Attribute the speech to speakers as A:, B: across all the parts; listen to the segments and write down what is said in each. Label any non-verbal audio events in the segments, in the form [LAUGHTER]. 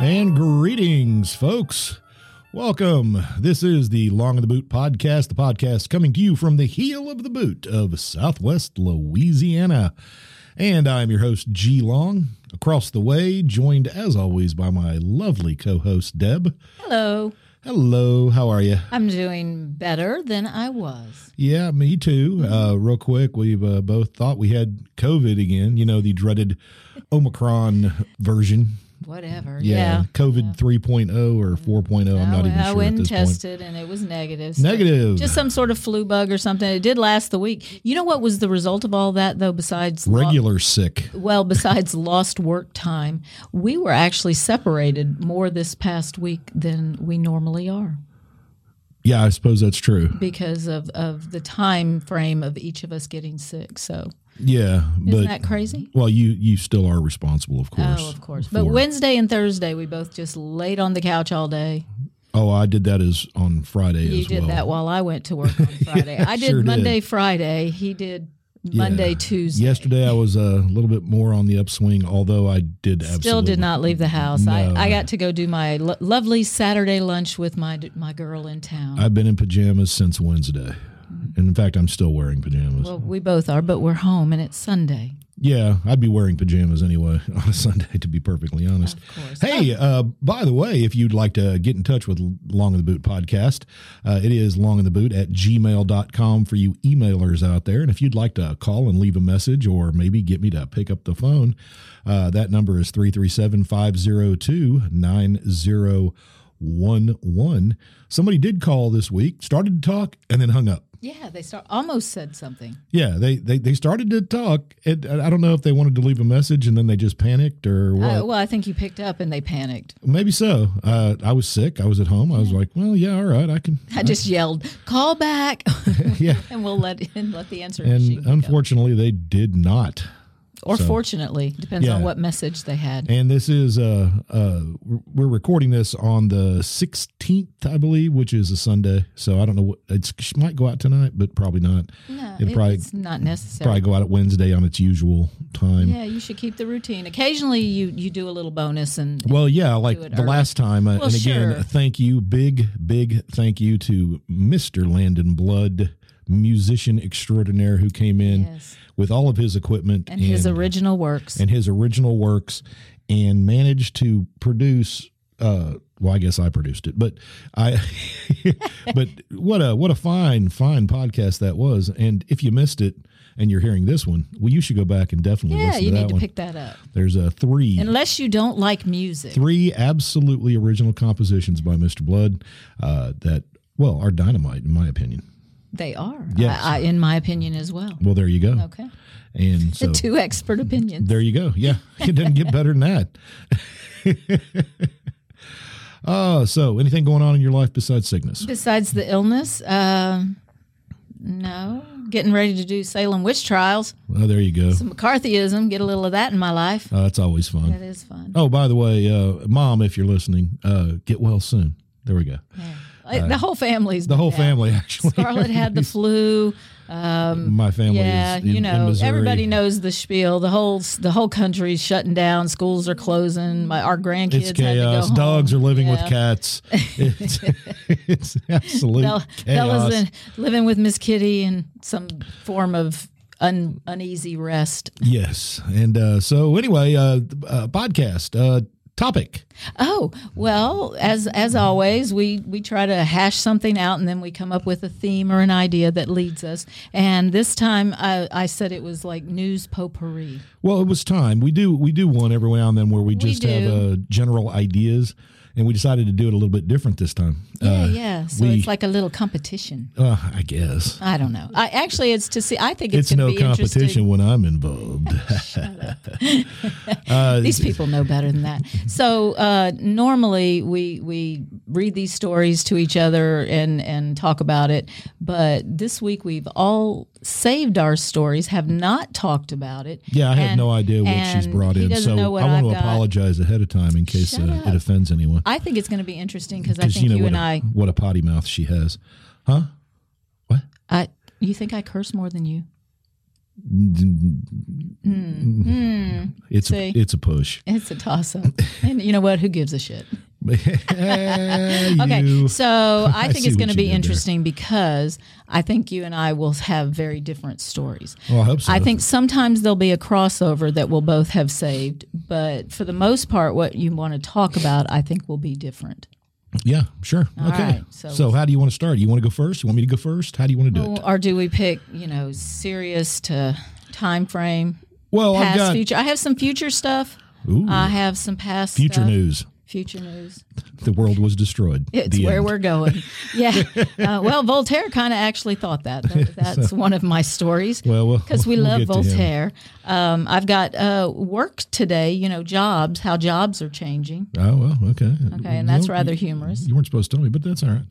A: And greetings, folks. Welcome. This is the Long of the Boot podcast, the podcast coming to you from the heel of the boot of Southwest Louisiana. And I'm your host, G Long. Across the way, joined as always by my lovely co host, Deb.
B: Hello.
A: Hello, how are you?
B: I'm doing better than I was.
A: Yeah, me too. Uh, real quick, we've uh, both thought we had COVID again, you know, the dreaded Omicron version.
B: Whatever.
A: Yeah,
B: Yeah.
A: COVID 3.0 or 4.0. I'm not
B: I,
A: even
B: I
A: sure.
B: went
A: at
B: and
A: this
B: tested and it was negative. so-
A: Negative.
B: Just some sort of flu bug or something. It did last the week. You know what was the result of all that though? Besides lo-
A: Point. Regular sick.
B: well, besides lost work time, we were actually separated more this past week than we normally are
A: Yeah, I suppose that's true.
B: because of, of the time frame of each of us getting sick. So
A: Yeah,
B: isn't
A: but
B: that crazy?
A: well, you you still are responsible, of course.
B: Oh, of course. But
A: for-
B: Wednesday and Thursday, we both just laid on the couch all day.
A: oh, I did that as on Friday
B: You
A: as
B: did
A: well.
B: that while I went to work
A: [LAUGHS]
B: on Friday. I did
A: sure did.
B: Monday, Friday. He did Monday, Tuesday.
A: Yesterday, I was a little bit more on the upswing, although I did absolutely
B: Still did not leave the house.
A: No.
B: I, I got to go do my lo- lovely Saturday lunch with my my girl in town.
A: I've been in pajamas since Wednesday,
B: Mm-hmm.
A: and in fact, I'm still wearing pajamas.
B: well, we both are, but we're home and it's Sunday.
A: Yeah, I'd be wearing pajamas anyway [LAUGHS] on a Sunday, to be perfectly honest.
B: Of course.
A: Hey, uh, by the way, if you'd like to get in touch with Long in the Boot podcast, uh, it is long in the boot at gmail.com for you emailers out there. And if you'd like to call and leave a message or maybe get me to pick up the phone, uh, that number is 337 502 9011. Somebody did call this week, started to talk, and then hung up.
B: Yeah, they start, almost said something.
A: Yeah, they, they they started to talk. It, I don't know if they wanted to leave a message and then they just panicked or what.
B: Uh, well, I think you picked up and they panicked.
A: Maybe so. Uh, I was sick. I was at home. I was like, well, yeah, all right, I
B: [LAUGHS]
A: can.
B: I just yelled, "Call back," [LAUGHS]
A: Yeah,
B: and we'll let [LAUGHS] and let the answer machine
A: and uh,
B: go.
A: unfortunately, they did not.
B: or fortunately depends on
A: Yeah.
B: what message they had.
A: And this is uh uh we're- we're recording this on the sixteenth, I believe, which is a Sunday. So I don't know what it's it might go out tonight, but probably not.
B: No,
A: It'd probably-
B: it's not necessary.
A: Probably go out at Wednesday on its usual time.
B: Yeah, you should keep the routine. Occasionally, you you do a little bonus, and
A: Well, yeah, like
B: it
A: the
B: early.
A: last time. uh
B: Well,
A: and again,
B: sure.
A: thank you. Big, big thank you to Mr. Landon Blood, musician extraordinaire who came in
B: Yes.
A: with all of his equipment
B: and his original works.
A: and his original works and managed to produce uh well I guess I produced it but I [LAUGHS] but what a what a fine fine podcast that was and if you missed it and you're hearing this one well you should go back and definitely
B: yeah,
A: listen
B: you
A: to that
B: need to
A: one
B: pick that up.
A: there's a 3
B: Unless you don't like music,
A: three absolutely original compositions by Mr. Blood uh, that, well, are dynamite, in my opinion.
B: they are.
A: Yes.
B: I, I, in my opinion as well.
A: Well, there you go.
B: Okay,
A: And
B: [LAUGHS]
A: so
B: two expert opinions.
A: there you go. Yeah, [LAUGHS] it doesn't get better than that. [LAUGHS] uh, so, anything going on in your life besides sickness?
B: Besides the illness, um, no, getting ready to do Salem witch trials,
A: Oh, there you go.
B: some McCarthyism. Get a little of that in my life.
A: Uh, that's always fun.
B: That is fun.
A: Oh, by the way, uh, mom, if you're listening, uh, get well soon. There we go.
B: Uh, the whole family's
A: The whole family, [LAUGHS] actually.
B: Scarlett had the flu.
A: My family
B: Yeah,
A: is in,
B: you
A: in
B: know,
A: Missouri.
B: everybody knows the spiel. The whole the whole country's shutting down. Schools are closing. My our grandkids
A: It's
B: had to
A: chaos.
B: go
A: Dogs
B: home.
A: are living with
B: Yeah. [LAUGHS]
A: cats. It's, it's absolute
B: Bella,
A: chaos.
B: Bella's in, living with Miss Kitty in some form of un, uneasy rest.
A: yes. And uh, so, anyway, uh, uh, podcast uh, topic.
B: Oh well, as as always, we we try to hash something out, and then we come up with a theme or an idea that leads us. And this time, I, I said it was like news potpourri.
A: Well, it was time. We do we do one every now and then where we just have
B: do.
A: uh, general ideas, and we decided to do it a little bit different this time.
B: Yeah,
A: uh,
B: yeah. So
A: we-
B: it's like a little competition.
A: uh, I guess
B: I don't know. I actually, it's to see. I think it's,
A: it's
B: going to
A: no
B: be interesting.
A: competition when I'm
B: [LAUGHS]
A: involved. [LAUGHS] uh,
B: These people know better than that. So uh, normally we we read these stories to each other and and talk about it. But this week we've all saved our stories, have not talked about it.
A: yeah, I had
B: And-
A: no idea what she's
B: and
A: brought
B: he
A: in,
B: doesn't
A: so
B: know what
A: I want
B: I've
A: to
B: got.
A: apologize ahead of time in case uh,
B: Shut up.
A: it offends anyone.
B: I think it's going to be interesting because I
A: Because
B: think
A: you
B: you,
A: know what,
B: and
A: a,
B: I,
A: what a potty mouth she has.
B: I, you think I curse more than you.
A: It's a,
B: See?
A: it's a
B: [LAUGHS]
A: push.
B: It's a toss up. and you know what? Who gives a shit?
A: okay.
B: Okay.
A: [LAUGHS]
B: So I think
A: see
B: it's
A: what
B: going to
A: you did
B: be
A: there.
B: interesting because I think you and I will have very different stories.
A: Well, Oh, I hope so.
B: I think sometimes there'll be a crossover that we'll both have saved, but for the most part, what you want to talk about, I think, will be different.
A: Yeah, sure. okay.
B: right,
A: so,
B: so-
A: how do you want to start? You want to go first? You want me to go first? How do you want to do it?
B: Or do we pick, you know, serious to time frame,
A: Well, I've
B: past,
A: got
B: future? I have some future stuff.
A: Ooh,
B: I have some past
A: future
B: stuff.
A: news.
B: Future news.
A: The world was destroyed.
B: It's
A: The
B: where
A: end. [LAUGHS]
B: we're going. Yeah. Uh, well, Voltaire kind of actually thought that.
A: [LAUGHS]
B: That- That's one of my stories.
A: Well, we'll-
B: because we
A: we'll
B: love
A: get to him.
B: Voltaire. Um, I've got uh, work today. You know, jobs. How jobs are changing.
A: Oh well, okay.
B: Okay, and that's
A: Well,
B: rather
A: you-
B: humorous.
A: You weren't supposed to tell me, but that's all right.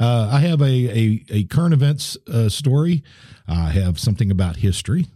A: Uh, I have a, a, a current events uh, story. I have something about history,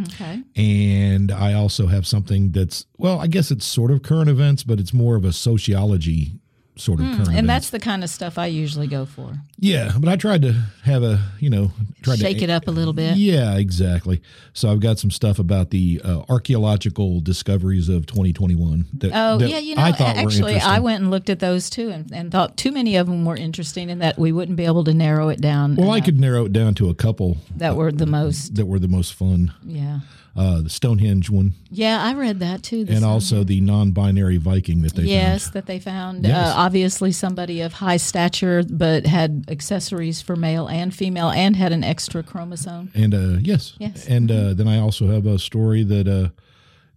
B: Okay.
A: and I also have something that's well, I guess it's sort of current events, but it's more of a sociology sort of current.
B: Hmm, And
A: events.
B: that's the kind of stuff I usually go for.
A: yeah, but I tried to have a you know tried to
B: Shake it up a little bit.
A: Yeah, exactly. So I've got some stuff about the uh, archaeological discoveries of 2021. That,
B: Oh,
A: that
B: yeah, you know,
A: I thought were
B: actually,
A: interesting.
B: I went and looked at those too and, and thought too many of them were interesting and that we wouldn't be able to narrow it down.
A: well, I
B: enough.
A: could narrow it down to a couple
B: That were the most,
A: that were the most fun.
B: yeah.
A: Uh, the Stonehenge one,
B: Yeah, I read that too. this
A: and also the non-binary Viking that they
B: Yes, that they found
A: Yes.
B: uh, obviously somebody of high stature, but had accessories for male and female, and had an extra chromosome.
A: found. And uh, yes,
B: Yes. Mm-hmm.
A: and uh, then I also have a story that uh,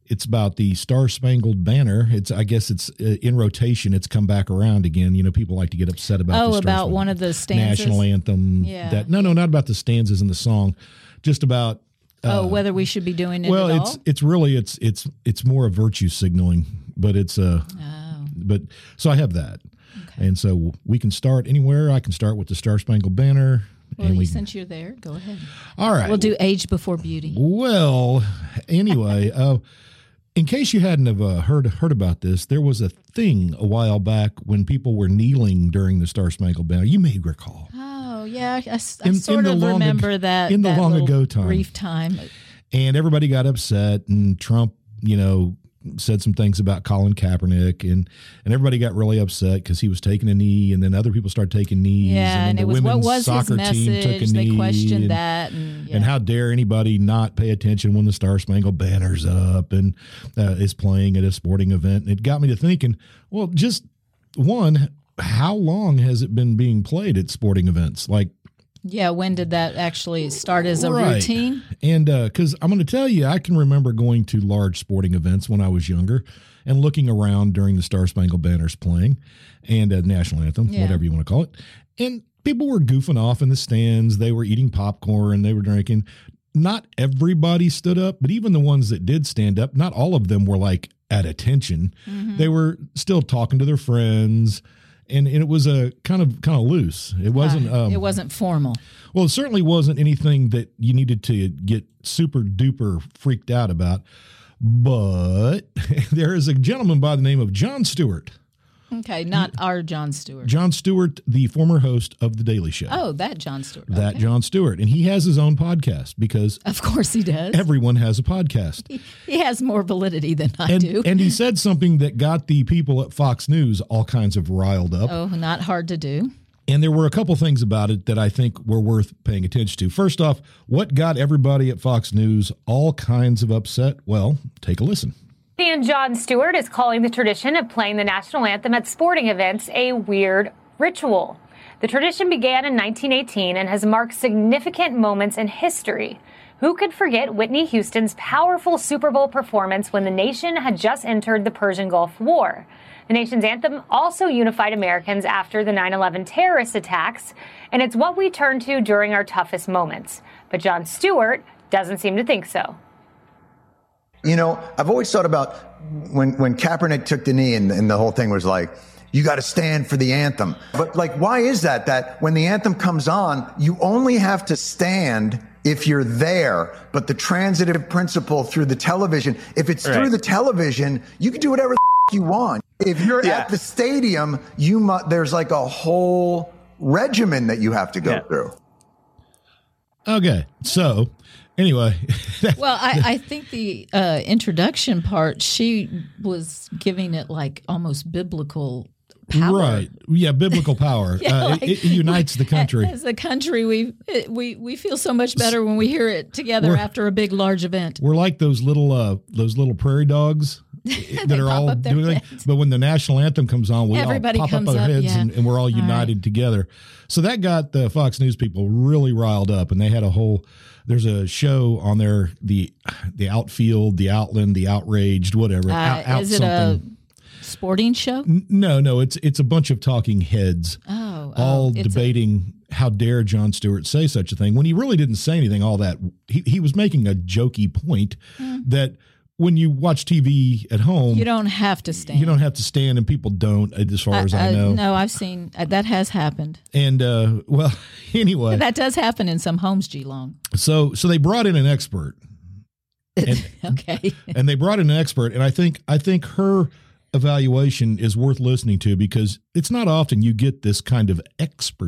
A: it's about the Star Spangled Banner. It's I guess it's uh, in rotation. It's come back around again. You know, people like to get upset about the
B: oh,
A: Star
B: about
A: Spangled-
B: one of the stanzas.
A: national anthem.
B: Yeah.
A: That no, no, not about the stanzas in the song, just about.
B: oh, whether we should be doing it
A: Uh, Well,
B: at
A: it's it's really it's it's it's more a virtue signaling, but it's uh,
B: all.
A: but so I have that, and so we can start anywhere. I can start with the Star Spangled Banner,
B: Well,
A: and we
B: since you're there, go ahead.
A: all right.
B: We'll do age before beauty.
A: Well,
B: [LAUGHS]
A: anyway, uh, in case you hadn't have uh, heard heard about this, there was a thing a while back when people were kneeling during the Star Spangled Banner. You may recall.
B: Oh yeah, I, s- I
A: In- in
B: sort
A: the
B: of
A: long ag-
B: remember that
A: in the
B: that
A: long
B: little
A: ago time.
B: brief time.
A: and everybody got upset and Trump, you know, said some things about Colin Kaepernick and and everybody got really upset because he was taking a knee and then other people started taking knees
B: Yeah,
A: and then
B: and
A: the
B: it was what
A: women's
B: was his
A: soccer team took a
B: message? They
A: knee
B: questioned
A: and,
B: that, and, yeah.
A: and how dare anybody not pay attention when the Star Spangled Banner's up and uh, is playing at a sporting event? And it got me to thinking, well, just one, how long has it been being played at sporting events? Like
B: yeah, when did that actually start as a
A: Right.
B: routine?
A: And because I'm going to tell you, I can remember going to large sporting events when I was younger and looking around during the Star Spangled Banners playing and uh, national anthem,
B: Yeah.
A: whatever you want to call it. And people were goofing off in the stands. They were eating popcorn. They were drinking. Not everybody stood up, but even the ones that did stand up, not all of them were like at attention. They were still talking to their friends. And, and it was a kind of kind of loose. It wasn't.
B: Uh,
A: um,
B: it wasn't formal.
A: well, it certainly wasn't anything that you needed to get super duper freaked out about. But [LAUGHS] there is a gentleman by the name of John Stewart.
B: Okay, not our John Stewart.
A: John Stewart, the former host of The Daily Show.
B: Oh, that John Stewart.
A: That
B: Okay.
A: John Stewart. And he has his own podcast because
B: Of course he does.
A: everyone has a podcast.
B: he has more validity than I
A: And,
B: do. [LAUGHS]
A: and he said something that got the people at Fox News all kinds of riled up.
B: oh, not hard to do.
A: And there were a couple things about it that I think were worth paying attention to. First off, what got everybody at Fox News all kinds of upset? Well, take a listen.
C: Comedian John Stewart is calling the tradition of playing the national anthem at sporting events a weird ritual. The tradition began in 1918 and has marked significant moments in history. Who could forget Whitney Houston's powerful Super Bowl performance when the nation had just entered the Persian Gulf War? The nation's anthem also unified Americans after the 9 11 terrorist attacks, and it's what we turn to during our toughest moments. But John Stewart doesn't seem to think so.
D: You know, I've always thought about when when Kaepernick took the knee and, and the whole thing was like, you got to stand for the anthem. But like, why is that? That when the anthem comes on, you only have to stand if you're there. But the transitive principle through the television, if it's through
E: Right.
D: the television, you can do whatever the you want. If you're
E: Yeah.
D: at the stadium, you mu- there's like a whole regimen that you have to go
E: Yeah.
D: through.
A: Okay, so Anyway, [LAUGHS]
B: Well, I, I think the uh, introduction part, she was giving it like almost biblical power.
A: right? Yeah, biblical power.
B: [LAUGHS] Yeah,
A: uh,
B: like-
A: it, it unites the country.
B: [LAUGHS] As a country, we it- we we feel so much better when we hear it together
A: We're-
B: after a big, large event.
A: We're like those little uh, those little prairie
B: [LAUGHS]
A: dogs that are
B: pop
A: all
B: up their
A: doing.
B: heads.
A: But when the national anthem comes on, we
B: Everybody
A: all pop
B: comes
A: up our
B: up,
A: heads
B: yeah.
A: and, and we're all united together. So that got the Fox News people really riled up, and they had a whole. There's a show on there the the outfield, the outland, the outraged, whatever.
B: Uh,
A: out, out
B: is it a sporting show?
A: N- um, No, no, it's it's a bunch of talking heads
B: Oh, oh,
A: all
B: it's a-
A: debating how dare John Stewart say such a thing when he really didn't say anything all that. He, he was making a jokey point that when you watch TV at home,
B: Hmm. you don't have to stand.
A: you don't have to stand and people don't, uh, as far as I, know.
B: no, I've seen uh, that has happened.
A: And uh, well, [LAUGHS]
B: [LAUGHS]
A: anyway,
B: That does happen in some homes, Geelong. [LAUGHS]
A: so so they brought in an expert
B: okay.
A: and they brought in an expert and I think I think her evaluation is worth listening to because it's not often you get this kind of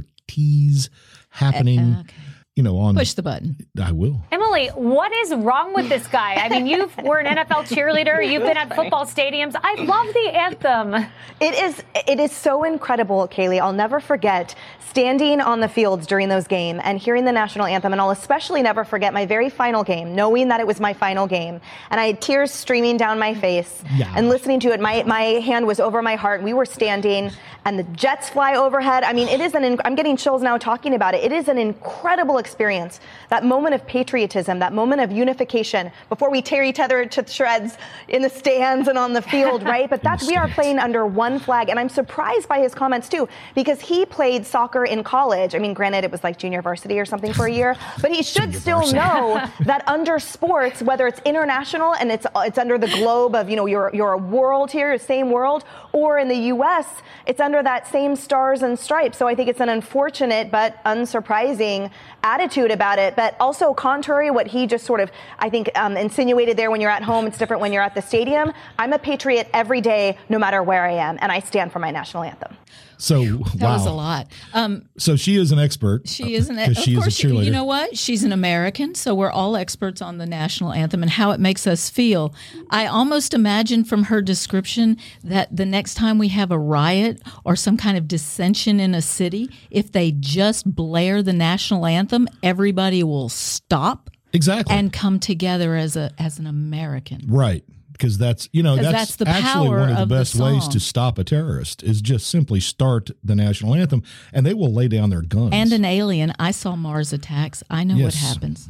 A: expertise happening,
B: Uh, okay.
A: you know, on
B: Push the button.
A: I will.
C: Emily, what is wrong with this guy? I mean, you were an NFL cheerleader. You've been at football stadiums. I love the anthem.
E: It is it is so incredible, Kaylee. I'll never forget standing on the fields during those games and hearing the national anthem, and I'll especially never forget my very final game, knowing that it was my final game, and I had tears streaming down my face.
A: Yeah.
E: And listening to it, my my hand was over my heart. We were standing, and the jets fly overhead. I mean, it is an. in- I'm getting chills now talking about it. It is an incredible experience. That moment of patriotism, that moment of unification, before we tear each other to shreds in the stands and on the field, right? But that's we are
A: stands.
E: playing playing under one flag. And I'm surprised by his comments too, because he played soccer in college. I mean, granted, it was like junior varsity or something for a year, but he should still know that under sports, whether it's international and it's it's under the globe of you know your your world here, same world, or in the U.S., it's under that same stars and stripes. So I think it's an unfortunate but unsurprising attitude about it. But also contrary what he just sort of I think um, insinuated there. When you're at home, it's different. When you're at the stadium, I'm a patriot every day, no matter where I am, and I stand for my national anthem.
A: So
B: That
A: wow.
B: was a lot. Um,
A: So she is an expert.
B: she isn't.
A: because she
B: of
A: is a
B: course, you-
A: cheerleader.
B: you know what? She's an American, so we're all experts on the national anthem and how it makes us feel. I almost imagine from her description that the next time we have a riot or some kind of dissension in a city, if they just blare the national anthem, everybody will stop
A: exactly.
B: and come together as a as an American.
A: right. Because that's you know
B: 'Cause
A: that's,
B: that's the
A: actually
B: power
A: one of the
B: of the
A: best ways
B: song.
A: to stop a terrorist is just simply start the national anthem and they will lay down their guns
B: And an alien. I saw Mars attacks. I know what
A: Yes.
B: happens.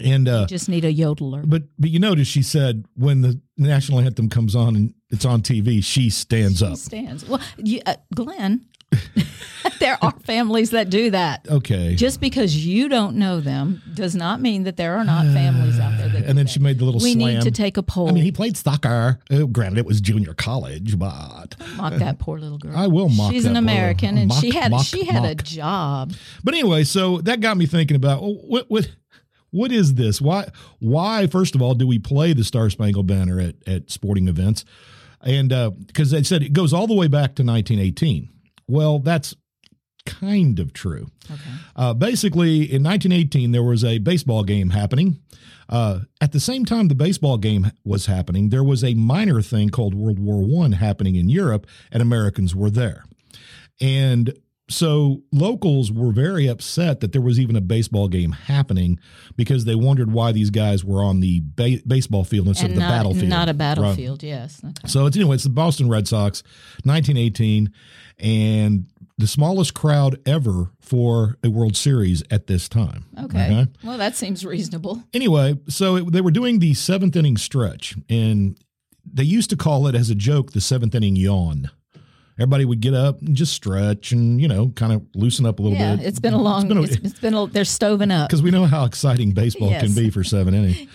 A: and uh,
B: Just need a yodeler.
A: but but you notice she said when the national anthem comes on and it's on TV she stands up
B: stands. Well, you, uh, Glenn, [LAUGHS] there are families that do that.
A: okay
B: Just because you don't know them does not mean that there
A: [SIGHS]
B: are not families out there that. do
A: and then
B: that.
A: she made the little
B: we
A: slam
B: need to take a poll.
A: I mean he played soccer Uh, granted it was junior college but
B: mock that poor little girl.
A: I will mock
B: She's
A: that
B: an
A: poor-
B: American, and she
A: mock,
B: had
A: mock,
B: she had a
A: mock.
B: job.
A: But anyway, so that got me thinking about well, what what what is this? Why why first of all do we play the Star Spangled Banner at at sporting events? And because they said it goes all the way back to 1918. Well, that's kind of true.
B: Okay.
A: Uh, basically, in 1918, there was a baseball game happening. Uh, at the same time the baseball game was happening, there was a minor thing called World War One happening in Europe, and Americans were there. And so locals were very upset that there was even a baseball game happening because they wondered why these guys were on the ba- baseball field instead
B: and
A: of the
B: not,
A: battlefield.
B: not a
A: Right.
B: battlefield. Yes. Okay.
A: So it's anyway, it's the Boston Red Sox, 1918, and the smallest crowd ever for a World Series at this time.
B: Okay. Well, that seems reasonable.
A: Anyway, so it, they were doing the seventh inning stretch, and they used to call it as a joke the seventh inning yawn. Everybody would get up and just stretch and you know kind of loosen up a little
B: Yeah,
A: bit.
B: it's been a long.
A: been a-
B: it's, it's been a. They're stoving up.
A: because we know how exciting baseball
B: Yes.
A: can be for seven
B: [LAUGHS]
A: inning.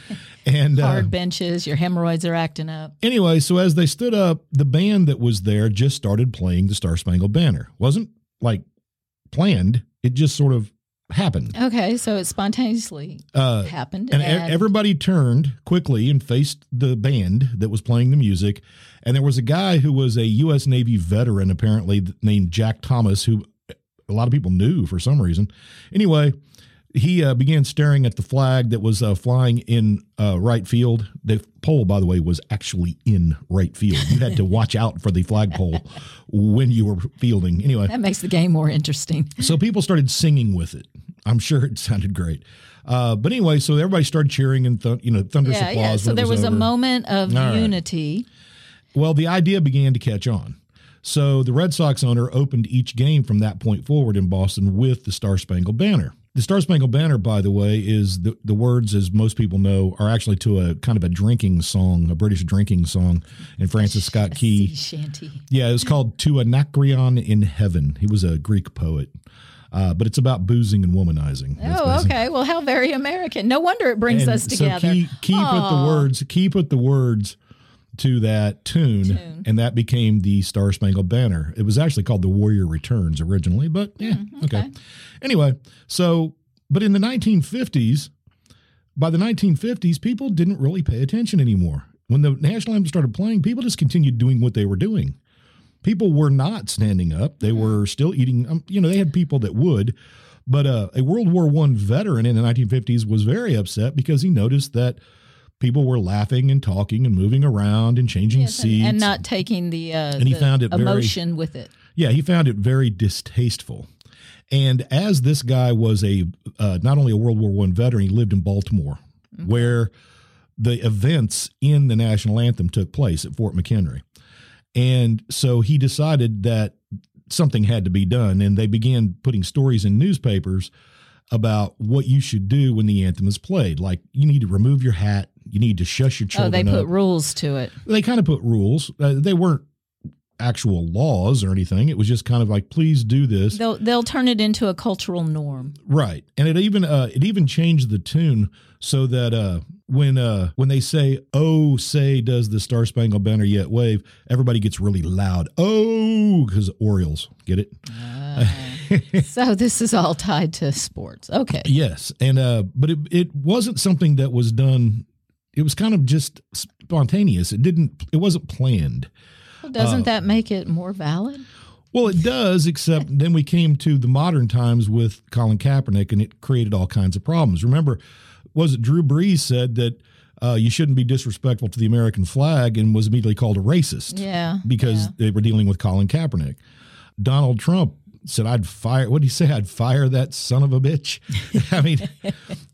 A: And uh,
B: Hard benches. Your hemorrhoids are acting up.
A: anyway, so as they stood up, the band that was there just started playing the Star Spangled Banner. Wasn't like planned; it just sort of happened.
B: Okay, so it spontaneously
A: Uh,
B: happened,
A: and, e- everybody turned quickly and faced the band that was playing the music. And there was a guy who was a U.S. Navy veteran, apparently th- named Jack Thomas, who a lot of people knew for some reason. Anyway, He uh, began staring at the flag that was uh, flying in uh, right field. The pole, by the way, was actually in right field. You had to watch out for the flagpole when you were fielding. Anyway,
B: That makes the game more interesting.
A: so people started singing with it. I'm sure it sounded great. Uh, but anyway, so everybody started cheering and th- you know thunderous
B: Yeah,
A: applause.
B: yeah. So
A: when it
B: there was, a
A: over.
B: moment of
A: All right.
B: unity.
A: Well, the idea began to catch on. So the Red Sox owner opened each game from that point forward in Boston with the Star Spangled Banner. The Star Spangled Banner, by the way, is the, the words, as most people know, are actually to a kind of a drinking song, a British drinking song, and Francis Scott
B: [LAUGHS]
A: Key.
B: Sea shanty.
A: Yeah, it was called To Anacreon in Heaven. He was a Greek poet, uh, but it's about boozing and womanizing. That's
B: Oh,
A: basically-
B: okay. Well, how very American. No wonder it brings
A: and
B: us together.
A: So Key, Key put the
B: Aw.
A: words. Key put the words to that tune, and that became the Star Spangled Banner. It was actually called the Warrior Returns originally, but yeah,
B: Mm-hmm,
A: okay. Anyway, so but in the 1950s, by the 1950s, people didn't really pay attention anymore. When the national anthem started playing, people just continued doing what they were doing. People were not standing up;
B: Hmm.
A: they were still eating. Um, you know, they had people that would, but uh, a World War One veteran in the 1950s was very upset because he noticed that people were laughing and talking and moving around and changing
B: Yes, and,
A: seats.
B: and not taking the, uh,
A: he
B: the
A: found it very-
B: emotion with it.
A: Yeah, he found it very distasteful. And as this guy was a uh, not only a World War One veteran, he lived in Baltimore, where the events in the national anthem took place at Fort McHenry. And so he decided that something had to be done, and they began putting stories in newspapers about what you should do when the anthem is played. Like you need to remove your hat, you need to shush your
B: Oh,
A: children.
B: they
A: up
B: put rules to it.
A: they kind of put rules. Uh, they weren't actual laws or anything. It was just kind of like, please do this,
B: They'll they'll turn it into a
A: [LAUGHS]
B: cultural norm.
A: right? And it even uh, it even changed the tune so that uh, when uh, when they say, "Oh, say does the Star Spangled Banner yet wave?" Everybody gets really loud. Oh, because Orioles get it.
B: so this is all tied to sports. Okay.
A: Yes, and uh, but it it wasn't something that was done. It was kind of just spontaneous. It didn't. It wasn't planned.
B: Well,
A: Uh,
B: doesn't that make it more valid?
A: Well, it does, except then we came to the modern times with Colin Kaepernick, and it created all kinds of problems. Remember, was it Drew Brees said that uh, you shouldn't be disrespectful to the American flag, and was immediately called a racist?
B: Yeah,
A: because they were dealing with Colin Kaepernick. Donald Trump said, "I'd fire." What did he say? I'd fire that son of a bitch. [LAUGHS] I mean,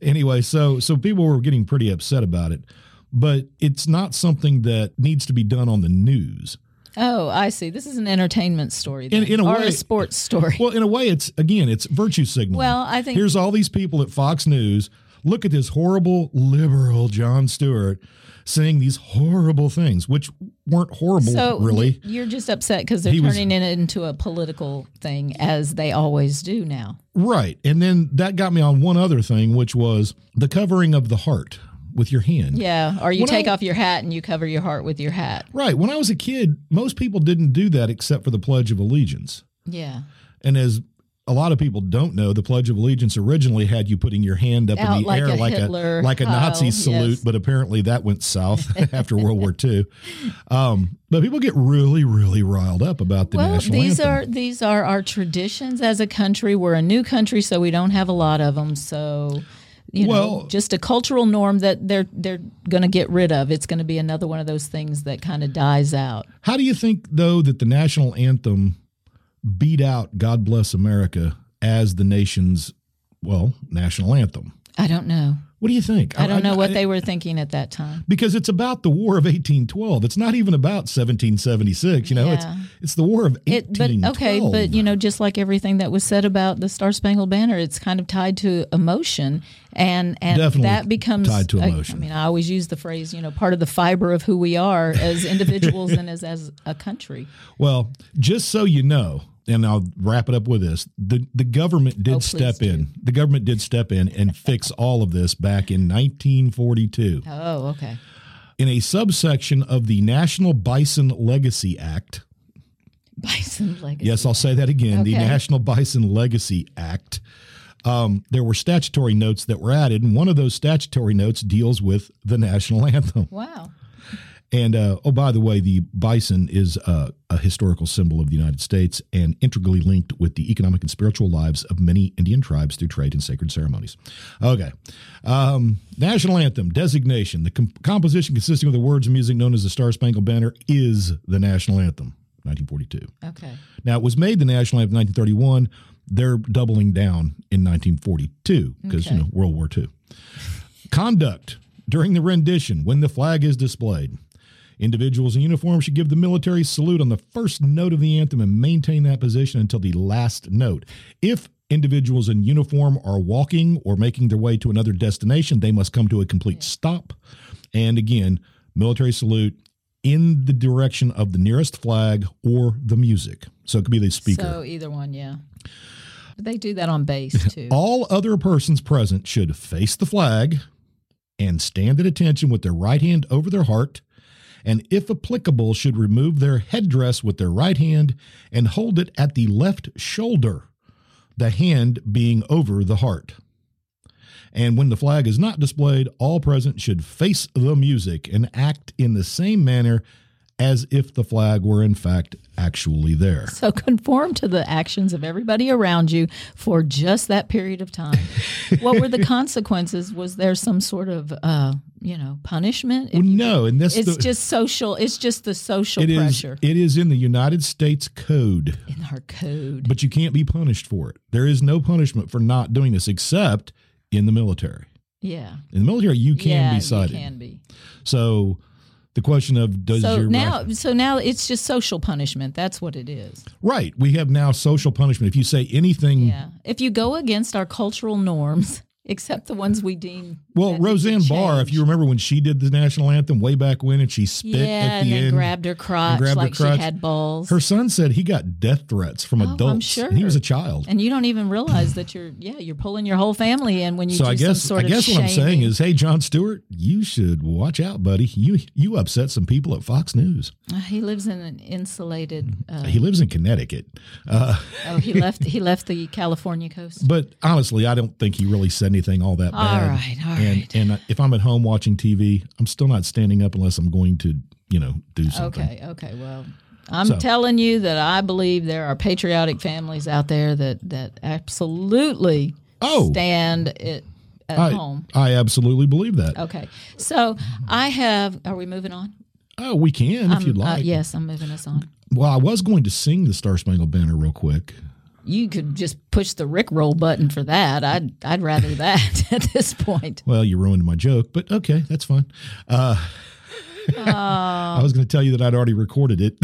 A: anyway, so so people were getting pretty upset about it, but it's not something that needs to be done on the news.
B: Oh, I see. This is an entertainment story, then,
A: in a
B: or
A: way-
B: a sports story.
A: Well, in a way, it's again, it's virtue signaling.
B: Well, I think-
A: here's all these people at Fox News. Look at this horrible liberal John Stewart saying these horrible things, which weren't horrible,
B: so
A: really.
B: you're just upset because they're
A: He was-
B: turning it into a political thing, as they always do now.
A: Right. And then that got me on one other thing, which was the covering of the heart with your hand.
B: Yeah, or you
A: When I-
B: take off your hat and you cover your heart with your hat.
A: Right. When I was a kid, most people didn't do that except for the Pledge of Allegiance.
B: Yeah,
A: And as a lot of people don't know, the Pledge of Allegiance originally had you putting your hand up
B: Out
A: in the
B: like
A: air
B: a
A: like
B: Hitler
A: a like a Nazi
B: Heil,
A: salute,
B: yes.
A: but apparently that went
B: [LAUGHS]
A: south after World War II. Um, but people get really, really riled up about the
B: well,
A: national
B: these
A: anthem.
B: are these are our traditions as a country. We're a new country, so we don't have a lot of them. So, you
A: Well-
B: know, just a cultural norm that they're they're going to get rid of. It's going to be another one of those things that kind of dies out.
A: How do you think though that the national anthem beat out "God Bless America" as the nation's well national anthem?
B: I don't know.
A: What do you think?
B: I don't know what
A: I-
B: they were thinking at that time.
A: because it's about the War of 1812. It's not even about 1776. You know, it's
B: Yeah.
A: it's the War of
B: It, but
A: 1812.
B: okay, but you know, just like everything that was said about the Star Spangled Banner, it's kind of tied to emotion, and and
A: Definitely
B: that becomes
A: tied to
B: a-
A: emotion.
B: I mean, I always use the phrase, you know, part of the fiber of who we
A: [LAUGHS]
B: are as individuals and as as a country.
A: Well, just so you know, and I'll wrap it up with this: the the government did
B: Oh, please
A: step
B: do.
A: in. The government did step in and
B: [LAUGHS]
A: fix all of this back in 1942
B: Oh, okay. [LAUGHS]
A: in a subsection of the National Bison Legacy Act.
B: Bison legacy.
A: Yes, I'll say that again. The
B: Okay.
A: National Bison Legacy Act. Um, there were statutory notes that were added, and one of those statutory notes deals with the national [LAUGHS] anthem.
B: Wow.
A: And uh, oh, by the way, the bison is uh, a historical symbol of the United States and integrally linked with the economic and spiritual lives of many Indian tribes through trade and sacred ceremonies. Okay. Um, National anthem designation. The com- composition consisting of the words and music known as the Star Spangled Banner is the national anthem, 1942.
B: Okay.
A: Now, it was made the national anthem in 1931. They're doubling down in 1942 because, you know, World War II. Conduct during the rendition when the flag is displayed. Individuals in uniform should give the military salute on the first note of the anthem and maintain that position until the last note. If individuals in uniform are walking or making their way to another destination, they must come to a complete stop. And again, military salute in the direction of the nearest flag or the music. So it could be the speaker.
B: So either one, yeah. But they do that
A: [LAUGHS]
B: on base too.
A: All other persons present should face the flag and stand at attention with their right hand over their heart, and if applicable, should remove their headdress with their right hand and hold it at the left shoulder, the hand being over the heart. And when the flag is not displayed, all present should face the music and act in the same manner as if the flag were in fact actually there.
B: so conform to the actions of everybody around you for just that period of time.
A: [LAUGHS]
B: what were the consequences? Was there some sort of, uh, you know, punishment?
A: Well, no, and this
B: it's
A: the-
B: just social. It's just the social
A: It is.
B: pressure
A: it is in the United States code,
B: in our code.
A: but you can't be punished for it. There is no punishment for not doing this except in the military.
B: yeah.
A: In the military, you can
B: yeah,
A: be cited.
B: You can be.
A: So the question of does
B: So
A: your
B: now,
A: right,
B: so now it's just social punishment. That's what it is.
A: right we have now social punishment if you say anything
B: Yeah. If you go against our cultural norms, [LAUGHS] except the ones we deem
A: well
B: that need to
A: Roseanne Barr if
B: change.
A: you remember when she did the national anthem way back when and she spit
B: yeah,
A: at
B: and
A: the
B: then
A: end
B: grabbed her crotch
A: grabbed her
B: like
A: crotch.
B: she had balls.
A: her son said he got death threats from
B: Oh, I'm
A: adults
B: sure.
A: and he was a child
B: and you don't even realize that you're yeah you're pulling your whole family in when you
A: so
B: do
A: I guess
B: some sort
A: I guess
B: of
A: what I'm saying
B: shaming.
A: is, hey, John Stewart, you should watch out, buddy. You you upset some people at Fox News.
B: Uh, he lives in an insulated
A: [LAUGHS]
B: uh,
A: He lives in Connecticut,
B: oh he left he left the California coast
A: but honestly, I don't think he really said anything all that
B: All
A: bad.
B: right, all
A: and
B: right.
A: and if I'm at home watching TV, I'm still not standing up unless I'm going to you know do something.
B: okay okay well I'm
A: So-
B: telling you that I believe there are patriotic families out there that that absolutely
A: Oh.
B: stand it at
A: I,
B: home
A: I absolutely believe that.
B: okay so I have are we moving on
A: Oh, we can if you'd
B: Uh,
A: like.
B: yes I'm moving us on
A: Well, I was going to sing the Star Spangled Banner real quick.
B: you could just push the Rick roll button for that. I'd I'd rather that [LAUGHS] at this point.
A: Well, you ruined my joke, but okay, that's fine. Uh, [LAUGHS]
B: Oh.
A: I was going to tell you that I'd already recorded it.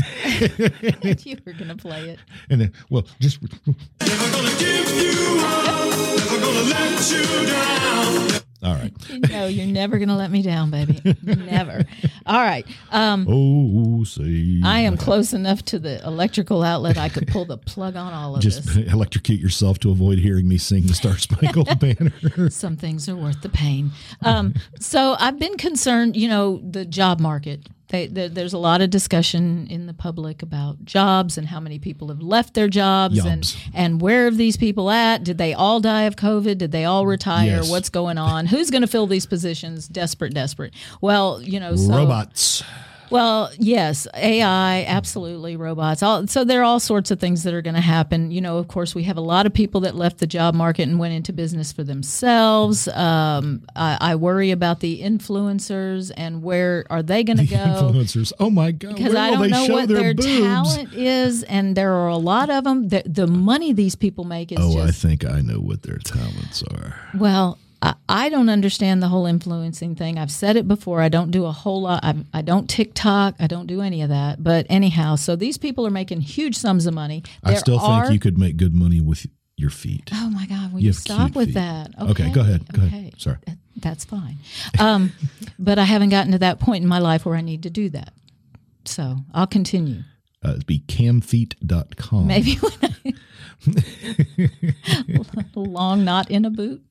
B: If you were gonna play it.
A: And then, well, just
F: Never gonna give you up, never gonna let you down.
A: all right.
B: You know, you're never gonna let me down, baby. Never. All right. Um
A: Oh, say
B: I am close enough to the electrical outlet I could pull the plug on all of
A: just
B: this.
A: electrocute yourself to avoid hearing me sing the Star
B: [LAUGHS]
A: Spangled Banner.
B: Some things are worth the pain. Um, so I've been concerned, you know, the job market. They, there there's a lot of discussion in the public about jobs and how many people have left their jobs
A: Jobs.
B: and and where have these people at? Did they all die of COVID? Did they all retire?
A: Yes.
B: What's going on? Who's going to fill these positions? Desperate, desperate. Well, you know, so,
A: Robots.
B: Well, yes, AI, absolutely, robots. All, so there are all sorts of things that are going to happen. You know, of course, we have a lot of people that left the job market and went into business for themselves. Um, I, I worry about the influencers and where are they going to go?
A: Influencers. Oh my God.
B: because
A: where
B: I
A: will
B: don't
A: they
B: know
A: show
B: what
A: their,
B: their,
A: boobs?
B: talent is, and there are a lot of them. The, the money these people make is
A: Oh, I
B: just
A: think I know what their talents are.
B: well. I, I don't understand the whole influencing thing. I've said it before. I don't do a whole lot. I, I don't TikTok. I don't do any of that. But anyhow, so these people are making huge sums of money.
A: I still
B: are-
A: think you could make good money with your feet.
B: Oh my God! Will
A: You
B: you,
A: have cute
B: stop with
A: feet.
B: that?
A: Okay, go ahead, go ahead. Sorry.
B: Th- that's fine. Um, [LAUGHS] but I haven't gotten to that point in my life where I need to do that. So I'll continue.
A: Uh, it'd be camfeet.com.
B: Maybe [LAUGHS] when I long knot in a boot.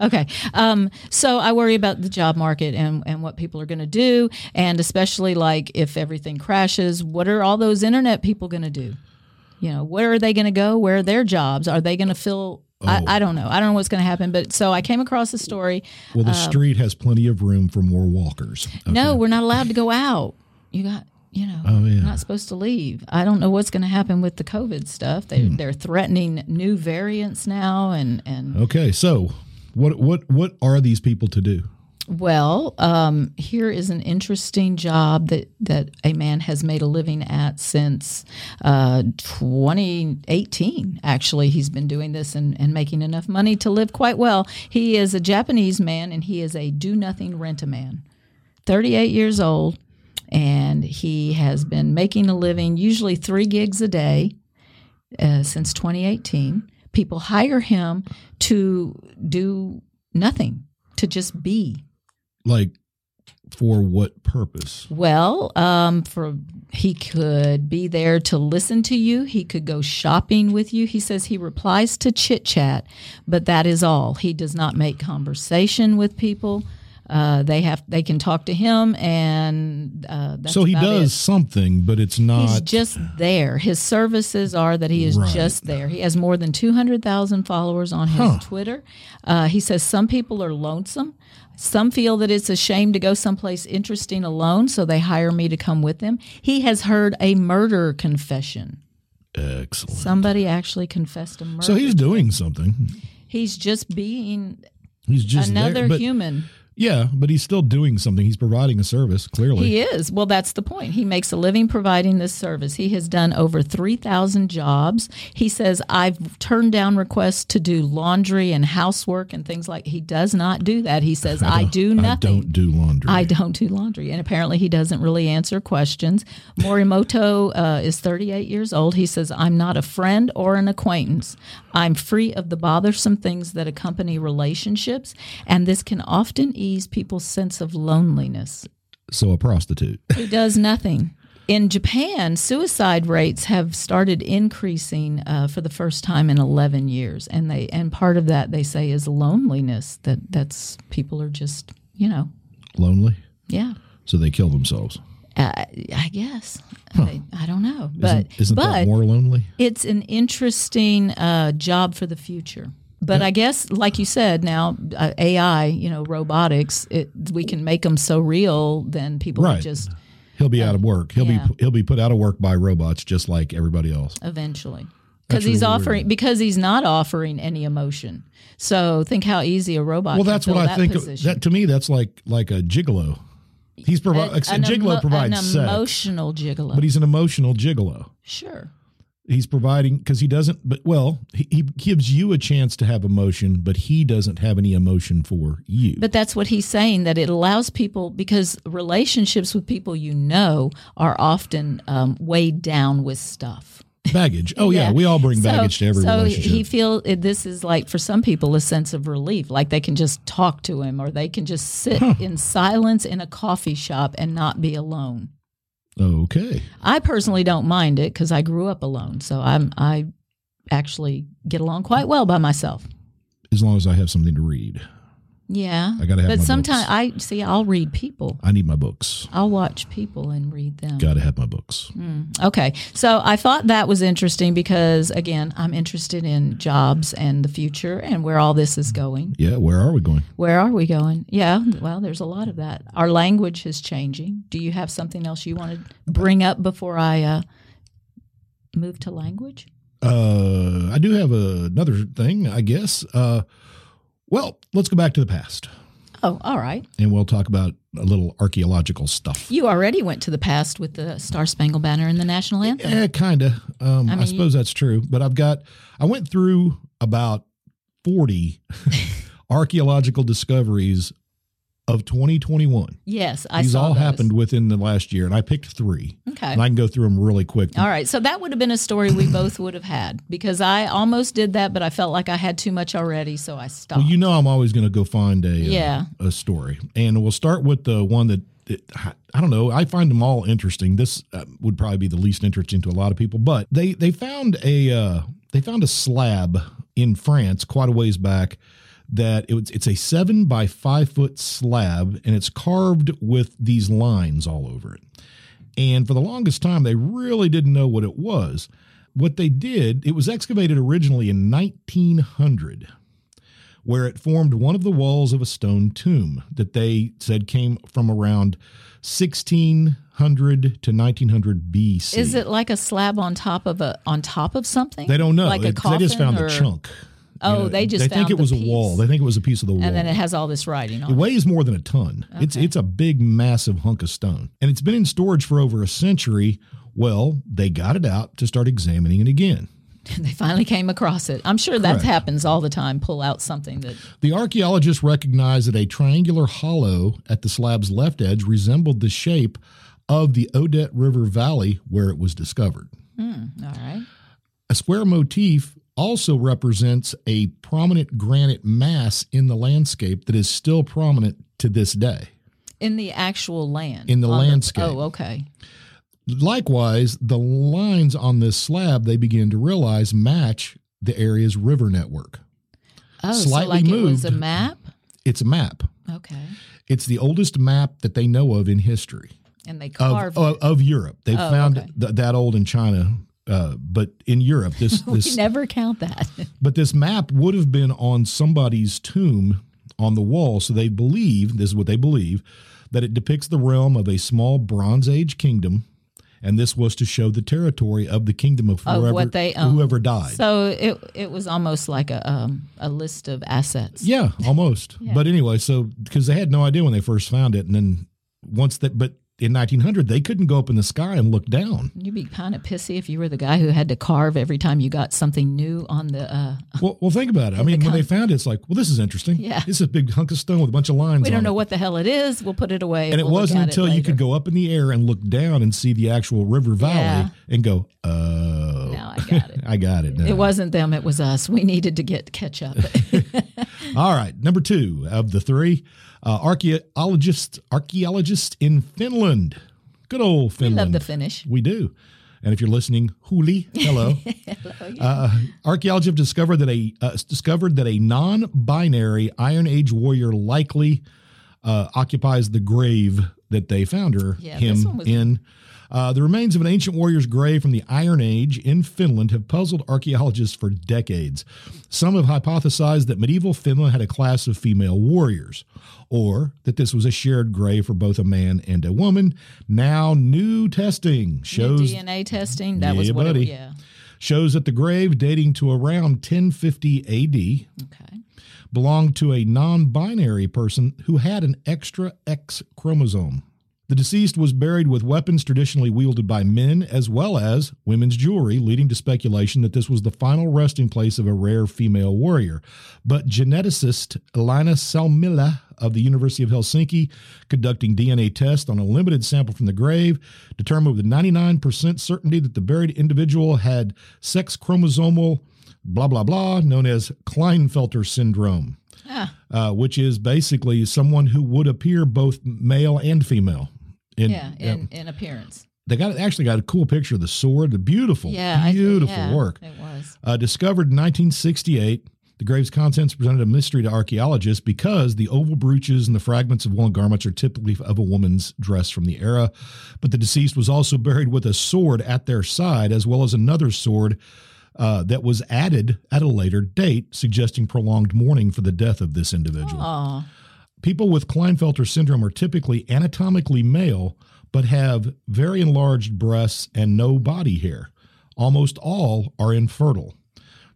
B: Okay. Um, so I worry about the job market and, and what people are going to do. And especially like if everything crashes, what are all those internet people going to do? You know, where are they going to go? Where are their jobs? Are they going to fill I, I don't know. I don't know what's going to happen. But so I came across the story.
A: Well, the
B: um,
A: street has plenty of room for more walkers.
B: No, we're not allowed to go out. You got, you know,
A: Oh, yeah.
B: you're not supposed to leave. I don't know what's going to happen with the COVID stuff. They,
A: Hmm.
B: They're threatening new variants now. And, and
A: Okay, so what what what are these people to do?
B: well, um, here is an interesting job that, that a man has made a living at since uh, 2018. Actually, he's been doing this and, and making enough money to live quite well. He is a Japanese man and he is a do nothing rent a man. 38 years old, and he has been making a living, usually three gigs a day, uh, since 2018. People hire him to do nothing, to just be.
A: Like for what purpose?
B: Well, um, for he could be there to listen to you. He could go shopping with you. He says he replies to chit chat, but that is all. He does not make conversation with people. Uh, they have they can talk to him, and uh, that's
A: so he
B: about it.
A: does something, but it's not
B: He's just there. His services are that he is
A: uh, Right.
B: just there. He has more than 200,000 followers on his Twitter. Uh, he says some people are lonesome. Some feel that it's a shame to go someplace interesting alone, so they hire me to come with them. He has heard a murder confession.
A: excellent.
B: Somebody actually confessed a murder.
A: So he's doing something.
B: he's just being
A: He's just there,
B: another
A: but-
B: human.
A: Yeah, but he's still doing something. He's providing a service. Clearly,
B: He is. Well, that's the point. He makes a living providing this service. He has done over 3,000 jobs. He says, I've turned down requests to do laundry and housework and things like He does not do that. He says, I,
A: [LAUGHS]
B: do
A: I
B: nothing.
A: don't do laundry.
B: I don't do laundry. And apparently, he doesn't really answer questions. Morimoto uh, is 38 years old. He says, I'm not a friend or an acquaintance. I'm free of the bothersome things that accompany relationships. And this can often ease people's sense of loneliness
A: so a prostitute.
B: who does nothing. In Japan, suicide rates have started increasing uh, for the first time in 11 years, and they and part of that they say is loneliness. That that's people are just you know
A: Lonely,
B: yeah.
A: so they kill themselves.
B: I, I guess I, I don't know, but
A: isn't isn't
B: but
A: that more lonely?
B: it's an interesting uh, job for the future. But I guess, like you said, now uh, AI, you know, robotics, it, we can make them so real, then people
A: Right.
B: are just
A: He'll be out of work. He'll
B: yeah.
A: be he'll be put out of work by robots, just like everybody else.
B: eventually
A: That's
B: because he's
A: really weird.
B: offering because he's not offering any emotion. So think how easy a robot.
A: Well,
B: can
A: that's
B: fill
A: what I
B: that
A: think.
B: Position.
A: That to me, that's like like a gigolo. He's provi- a,
B: an
A: gigolo
B: emo-
A: provides
B: an
A: sex,
B: emotional gigolo.
A: but he's an emotional gigolo.
B: sure.
A: He's providing because he doesn't. But well, he, he gives you a chance to have emotion, but he doesn't have any emotion for you.
B: But [LAUGHS] that's what he's saying that it allows people because relationships with people you know are often um, weighed down with stuff.
A: baggage. Oh yeah. we all bring
B: So-
A: baggage to every
B: so
A: relationship.
B: he feel it- this is like for some people a sense of relief, like they can just talk to him or they can just sit in silence in a coffee shop and not be alone.
A: okay,
B: I personally don't mind it because I grew up alone, so I'm I actually get along quite well by myself.
A: as long as I have something to read,
B: Yeah,
A: I gotta have
B: But
A: my
B: sometimes
A: books.
B: I see I'll read people.
A: I need my books.
B: I'll watch people and read them.
A: Got to have my books.
B: Okay. So I thought that was interesting because, again, I'm interested in jobs and the future and where all this is going.
A: Yeah. Where are we going?
B: Where are we going? Yeah. Well, there's a lot of that. Our language is changing. Do you have something else you want to bring up before I uh, move to language?
A: Uh, I do have a, another thing, I guess. Uh, well, let's go back to the past.
B: Oh, all right.
A: and we'll talk about a little archaeological stuff.
B: You already went to the past with the Star Spangled Banner and the National Anthem.
A: Yeah, Eh, kinda. Um, I,
B: mean,
A: suppose that's true. But I've got I went through about
B: [LAUGHS]
A: forty archaeological discoveries of 2021.
B: Yes. I
A: These
B: saw
A: all
B: those.
A: happened within the last year, and I picked three.
B: Okay.
A: and I can go through them really quick.
B: All right, so that would have been a story we both would have had because I almost did that, but I felt like I had too much already, so I stopped.
A: Well, you know, I'm always going to go find a uh,
B: Yeah.
A: a story, and we'll start with the one that. that- I- I don't know. I find them all interesting. This uh, would probably be the least interesting to a lot of people, but they they found a uh, they found a slab in France quite a ways back that it was it's a seven by five foot slab and it's carved with these lines all over it. And for the longest time, they really didn't know what it was. What they did, it was excavated originally in 1900, where it formed one of the walls of a stone tomb that they said came from around 1600 to 1900 BC.
B: Is it like a slab on top of a on top of something?
A: They don't know.
B: Like a
A: It- they
B: coffin.
A: just found
B: or,
A: the chunk.
B: Oh, they just
A: They
B: found
A: think it
B: the
A: was a
B: piece.
A: wall. They think it was a piece of the wall.
B: And then it has all this writing on
A: It
B: it.
A: weighs more than a ton. It's it's a big, massive hunk of stone, and it's been in storage for over a century. Well, they got it out to start examining it again.
B: They finally came across it. I'm sure that happens all the time. Pull out something that
A: The archaeologists recognized that a triangular hollow at the slab's left edge resembled the shape of the Odette River Valley where it was discovered.
B: all right.
A: A square motif also represents a prominent granite mass in the landscape that is still prominent to this day.
B: In the actual land.
A: In the
B: on
A: landscape.
B: oh, okay.
A: Likewise, the lines on this slab they begin to realize match the area's river network.
B: Oh,
A: Slightly
B: so like it was a
A: moved.
B: map?
A: It's a map.
B: Okay.
A: It's the oldest map that they know of in history
B: And they
A: of
B: carved
A: of, of Europe. They
B: Oh,
A: found
B: okay.
A: th- that old in China, uh, but in Europe, this
B: [LAUGHS] we
A: this
B: never count that.
A: But this map would have been on somebody's tomb on the wall. So they believe, this is what they believe, that it depicts the realm of a small Bronze Age kingdom. And this was to show the territory of the kingdom of
B: Of
A: whoever,
B: what they owned.
A: whoever died.
B: so it it was almost like a um, a list of assets. [LAUGHS]
A: yeah, almost. But anyway, so because they had no idea when they first found it. And then once that, but in 1900, they couldn't go up in the sky and look
B: [LAUGHS]
A: down.
B: You'd be kind of pissy if you were the guy who had to carve every time you got something new on the. Uh,
A: Well, well think about it. I mean, when they found it, it's like, well, this is interesting.
B: Yeah.
A: This is a big hunk of stone with a bunch of lines
B: we
A: on
B: don't
A: it.
B: know what the hell it is. We'll put it away.
A: And it
B: we'll look
A: wasn't
B: at
A: until you
B: later.
A: could go up in the air and look down and see the actual river valley
B: Yeah.
A: and go, oh,
B: Now I got it.
A: [LAUGHS] I got it. Now.
B: It wasn't them. It was us. We needed to get
A: [LAUGHS]
B: catch up.
A: All right, number two of the three, uh, archaeologists, archaeologists in Finland. Good old Finland.
B: Love the finish.
A: We do. And if you're listening, Huli,
B: [LAUGHS]
A: hello. uh, archaeologists have discovered that a uh, discovered that a non-binary Iron Age warrior likely uh, occupies the grave that they found her
B: Yeah, this
A: him
B: one was-
A: in. Uh, the remains of an ancient warrior's grave from the Iron Age in Finland have puzzled archaeologists for decades. Some have hypothesized that medieval Finland had a class of female warriors, or that this was a shared grave for both a man and a woman. Now, new testing
B: New
A: shows
B: DNA testing. That was
A: Yeah,
B: what.
A: buddy.
B: It, yeah.
A: shows that the grave dating to around 1050
B: Okay.
A: AD belonged to a non-binary person who had an extra X chromosome. The deceased was buried with weapons traditionally wielded by men as well as women's jewelry, leading to speculation that this was the final resting place of a rare female warrior. But geneticist Elina Salmila of the University of Helsinki, conducting DNA tests on a limited sample from the grave, determined with 99% certainty that the buried individual had sex chromosomal blah blah blah known as Klinefelter syndrome. Uh, which is basically someone who would appear both male and female. And uh,
B: Yeah. In, in appearance.
A: they got actually got a cool picture of the sword, the beautiful,
B: Yeah. I-
A: beautiful
B: yeah,
A: work.
B: It was.
A: Uh, discovered in 1968, the grave's contents presented a mystery to archaeologists because the oval brooches and the fragments of woolen garments are typically of a woman's dress from the era. But the deceased was also buried with a sword at their side, as well as another sword uh, that was added at a later date, suggesting prolonged mourning for the death of this individual.
B: Oh.
A: People with Klinefelter syndrome are typically anatomically male, but have very enlarged breasts and no body hair. Almost all are infertile.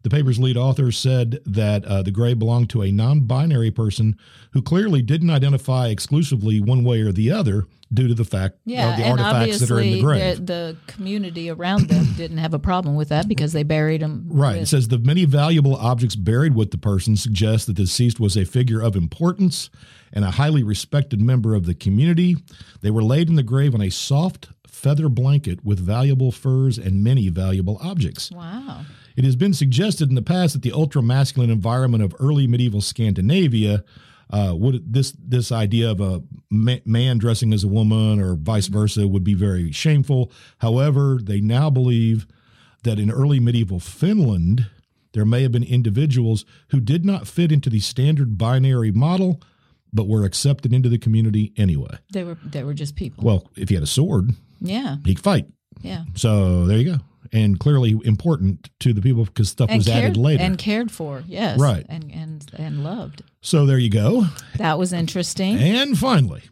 A: The paper's lead author said that uh, the grave belonged to a non binary person who clearly didn't identify exclusively one way or the other due to the fact
B: Yeah,
A: of the
B: and
A: artifacts that are in
B: obviously
A: the grave.
B: the, the community around them didn't have a problem with that because they buried them.
A: Right. It says the many valuable objects buried with the person suggest that the deceased was a figure of importance and a highly respected member of the community. They were laid in the grave on a soft feather blanket with valuable furs and many valuable objects.
B: Wow.
A: It has been suggested in the past that the ultra masculine environment of early medieval Scandinavia. Uh, would this this idea of a ma- man dressing as a woman or vice versa would be very shameful. However, they now believe that in early medieval Finland, there may have been individuals who did not fit into the standard binary model, but were accepted into the community anyway.
B: They were they were just people.
A: Well, if he had a sword,
B: yeah.
A: he could fight.
B: Yeah.
A: So there you go. and clearly important to the people because stuff was
B: cared,
A: added later.
B: and cared for, yes,
A: Right.
B: and and and loved.
A: so there you go.
B: That was interesting.
A: And finally,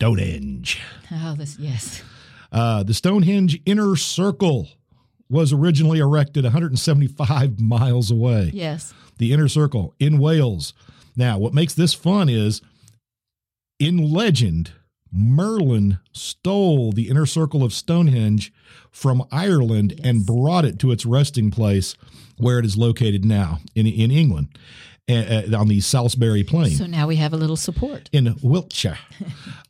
A: Stonehenge.
B: Oh, this yes,
A: Uh, the Stonehenge Inner Circle was originally erected 175 [LAUGHS] miles away.
B: yes,
A: The Inner Circle in Wales. Now, what makes this fun is in legend, Merlin stole the Inner Circle of Stonehenge from Ireland and brought it to its resting place where it is located now in, in England eh, eh, on the Salisbury Plain
B: So now we have a little support.
A: in
B: [LAUGHS]
A: Wiltshire.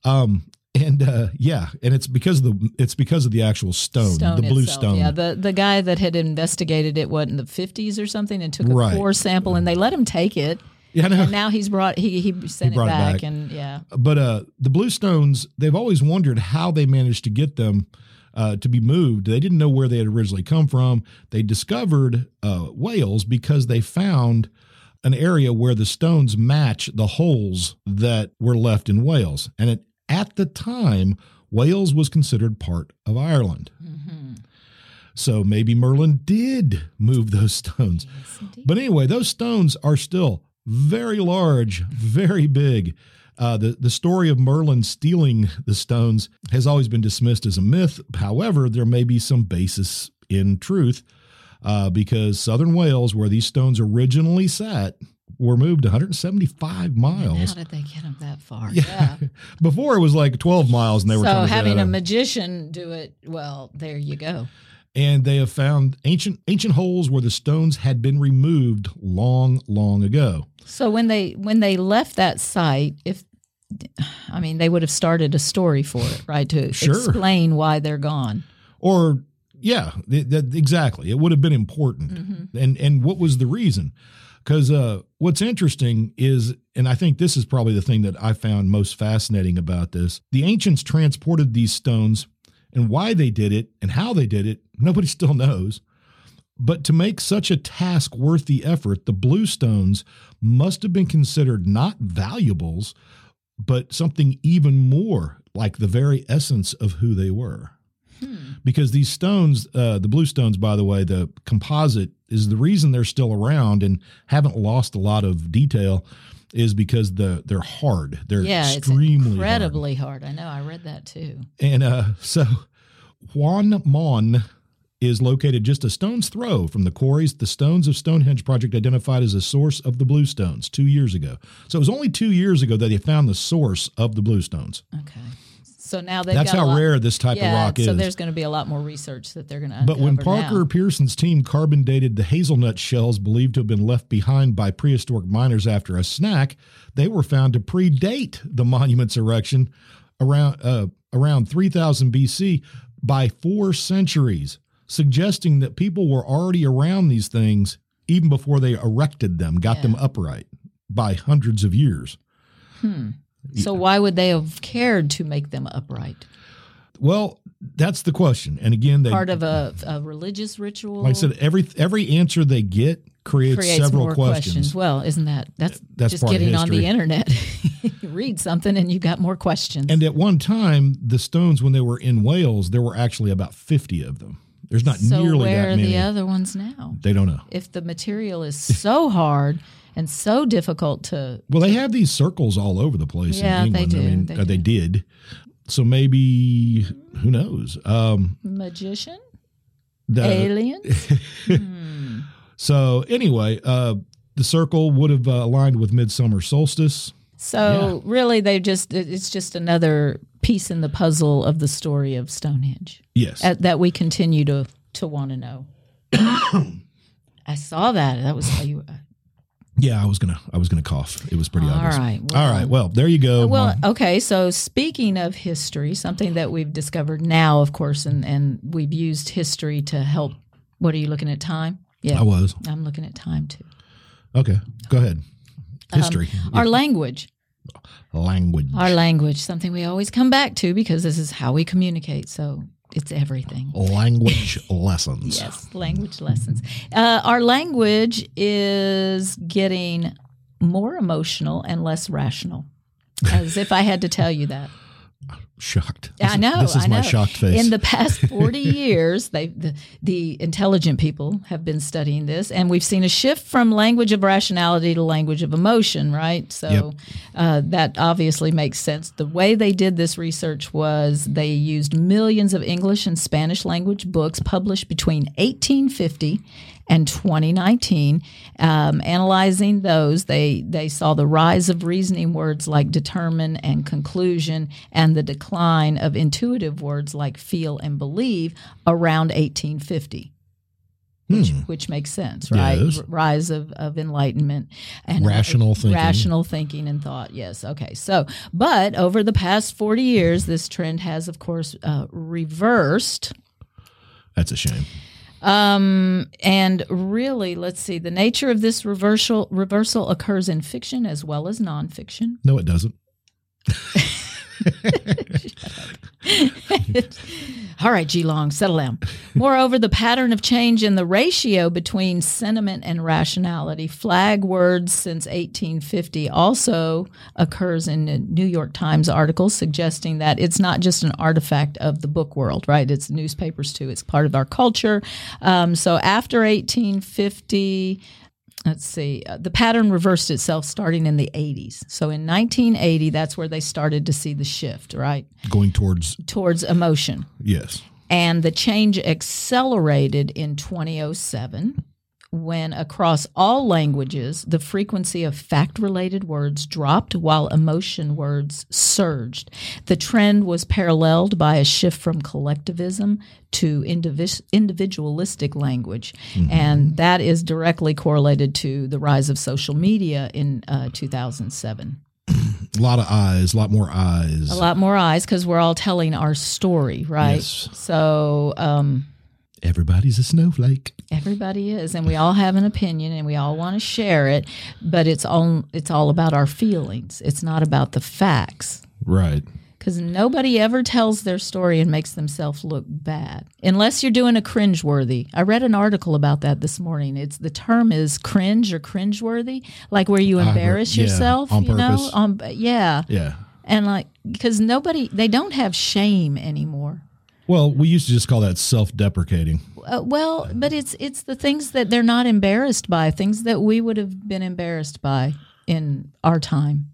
A: um, and uh, yeah, and it's because of the it's because of the actual stone, the blue
B: itself,
A: stone.
B: Yeah, the, the guy that had investigated it, what, in the 50s or something, and took a
A: Right.
B: core sample, and they let him take it.
A: Yeah, I know.
B: And now he's brought, he, he sent
A: brought
B: it,
A: it
B: back,
A: back.
B: And yeah,
A: but uh, the blue stones, they've always wondered how they managed to get them uh, to be moved. They didn't know where they had originally come from. They discovered uh, Wales because they found an area where the stones match the holes that were left in Wales, and it, at the time, Wales was considered part of Ireland. So maybe Merlin did move those [LAUGHS] stones. but anyway, those stones are still very large, very big. Uh, the, the story of Merlin stealing the stones has always been dismissed as a myth. However, there may be some basis in truth uh, because southern Wales, where these stones originally sat, were moved 175
B: how
A: miles.
B: did they get him that far? Yeah.
A: [LAUGHS] Before it was like 12 miles, and they were trying
B: So
A: to get
B: having
A: it
B: a
A: out.
B: magician do it, well, there you go.
A: and they have found ancient ancient holes where the stones had been removed long, long ago.
B: So when they when they left that site, if I mean they would have started a story for it, right? To
A: Sure.
B: explain why they're gone.
A: or yeah th- that, exactly it would have been important and and what was the reason because uh, what's interesting is and i think this is probably the thing that i found most fascinating about this the ancients transported these stones and why they did it and how they did it nobody still knows but to make such a task worth the effort the blue stones must have been considered not valuables but something even more like the very essence of who they were
B: Hmm.
A: because these stones, uh, the blue stones, by the way, the composite is the reason they're still around and haven't lost a lot of detail, is because the they're hard. They're
B: Yeah, it's
A: extremely hard.
B: incredibly hard. I know. I read that too.
A: And uh, so Juan Mon is located just a stone's throw from the quarries. The Stones of Stonehenge project identified as a source of the blue stones two years ago. So it was only two years ago that they found the source of the blue stones.
B: Okay. So now they've
A: That's
B: got a
A: how
B: lot-
A: rare this type
B: yeah,
A: of rock
B: so
A: is.
B: there's going to be a lot more research that they're going to.
A: But when Parker
B: now.
A: Pearson's team carbon dated the hazelnut shells believed to have been left behind by prehistoric miners after a snack, they were found to predate the monument's erection around uh, around 3000 BC by four centuries, suggesting that people were already around these things even before they erected them, got them upright by hundreds of years.
B: so why would they have cared to make them upright?
A: Well, that's the question. And again, they
B: Part of a, a religious ritual.
A: like I said, every every answer they get creates,
B: creates
A: several
B: more
A: questions.
B: Well, isn't that that's,
A: That's
B: just
A: part of
B: getting on the
A: history.
B: internet? [LAUGHS] you read something and you got more questions.
A: And at one time, the stones, when they were in Wales, there were actually about 50 of them. There's not
B: so
A: nearly
B: where
A: that
B: are
A: many.
B: the other ones now?
A: they don't know.
B: If the material is so [LAUGHS] hard and so difficult to
A: Well, they have these circles all over the place
B: Yeah,
A: in
B: they
A: England. I
B: do.
A: mean,
B: They
A: or they did. So maybe, who knows? Um,
B: magician,
A: the- [LAUGHS]
B: aliens,
A: so anyway, uh, the circle would have uh, aligned with midsummer solstice.
B: so really they just it- it's just another piece in the puzzle of the story of Stonehenge.
A: Yes.
B: at, that we continue to to want to know. [COUGHS] I saw that. That was how you.
A: yeah, I was gonna, I was gonna cough. It was pretty
B: All
A: obvious.
B: right,
A: all right. Well, there you go.
B: Well,
A: Mom.
B: okay. So speaking of history, something that we've discovered now, of course, and and we've used history to help. What are you looking at? Time? Yeah,
A: I was
B: I'm looking at time too.
A: okay. Go ahead. History,
B: um, Our language,
A: language.
B: our language, something we always come back to because this is how we communicate. So it's everything. [LAUGHS]
A: language lessons.
B: Yes, language lessons. Uh, our language is getting more emotional and less rational. As if I had to tell you that.
A: shocked.
B: I know.
A: This is
B: I
A: my
B: know.
A: shocked face.
B: In
A: [LAUGHS]
B: the past 40 years, they the, the intelligent people have been studying this, and we've seen a shift from language of rationality to language of emotion, right? So
A: Yep.
B: uh, that obviously makes sense. The way they did this research was they used millions of English and Spanish language books published between 1850 and 2019. Um, analyzing those, they they saw the rise of reasoning words like determine and conclusion, and the decline of intuitive words like feel and believe around 1850. Which, which makes sense, right?
A: Hmm. Yes.
B: R- Rise of, of enlightenment and uh,
A: Rational thinking.
B: rational thinking and thought. Yes. Okay. So, but over the past 40 years, this trend has, of course, uh, reversed.
A: That's a shame.
B: And really, let's see, the nature of this reversal reversal occurs in fiction as well as nonfiction.
A: No, it doesn't.
B: All right, G Long, settle down. Moreover, the pattern of change in the ratio between sentiment and rationality, flag words since 1850, also occurs in a New York Times article suggesting that it's not just an artifact of the book world, right? It's newspapers too, it's part of our culture. Um, so after 1850, let's see, uh, the pattern reversed itself starting in the 80s. So in 1980, that's where they started to see the shift, right?
A: Going towards
B: Towards emotion
A: yes.
B: and the change accelerated in 2007 when across all languages the frequency of fact related words dropped while emotion words surged the trend was paralleled by a shift from collectivism to indivis- individualistic language and that is directly correlated to the rise of social media in uh, 2007
A: A lot of eyes, a lot more eyes.
B: a lot more eyes because we're all telling our story right
A: Yes.
B: so um,
A: Everybody's a snowflake.
B: Everybody is, and we all have an opinion, and we all want to share it. But it's all it's all about our feelings. It's not about the facts,
A: Right.
B: because nobody ever tells their story and makes themselves look bad, unless you're doing a cringeworthy. I read an article about that this morning. It's the term is cringe or cringeworthy, like where you
A: I re-
B: embarrass
A: yeah,
B: yourself,
A: on
B: you know,
A: purpose.
B: on yeah,
A: Yeah.
B: and like because nobody they don't have shame anymore.
A: Well, we used to just call that self-deprecating.
B: Uh, well, but it's it's the things that they're not embarrassed by, things that we would have been embarrassed by in our time.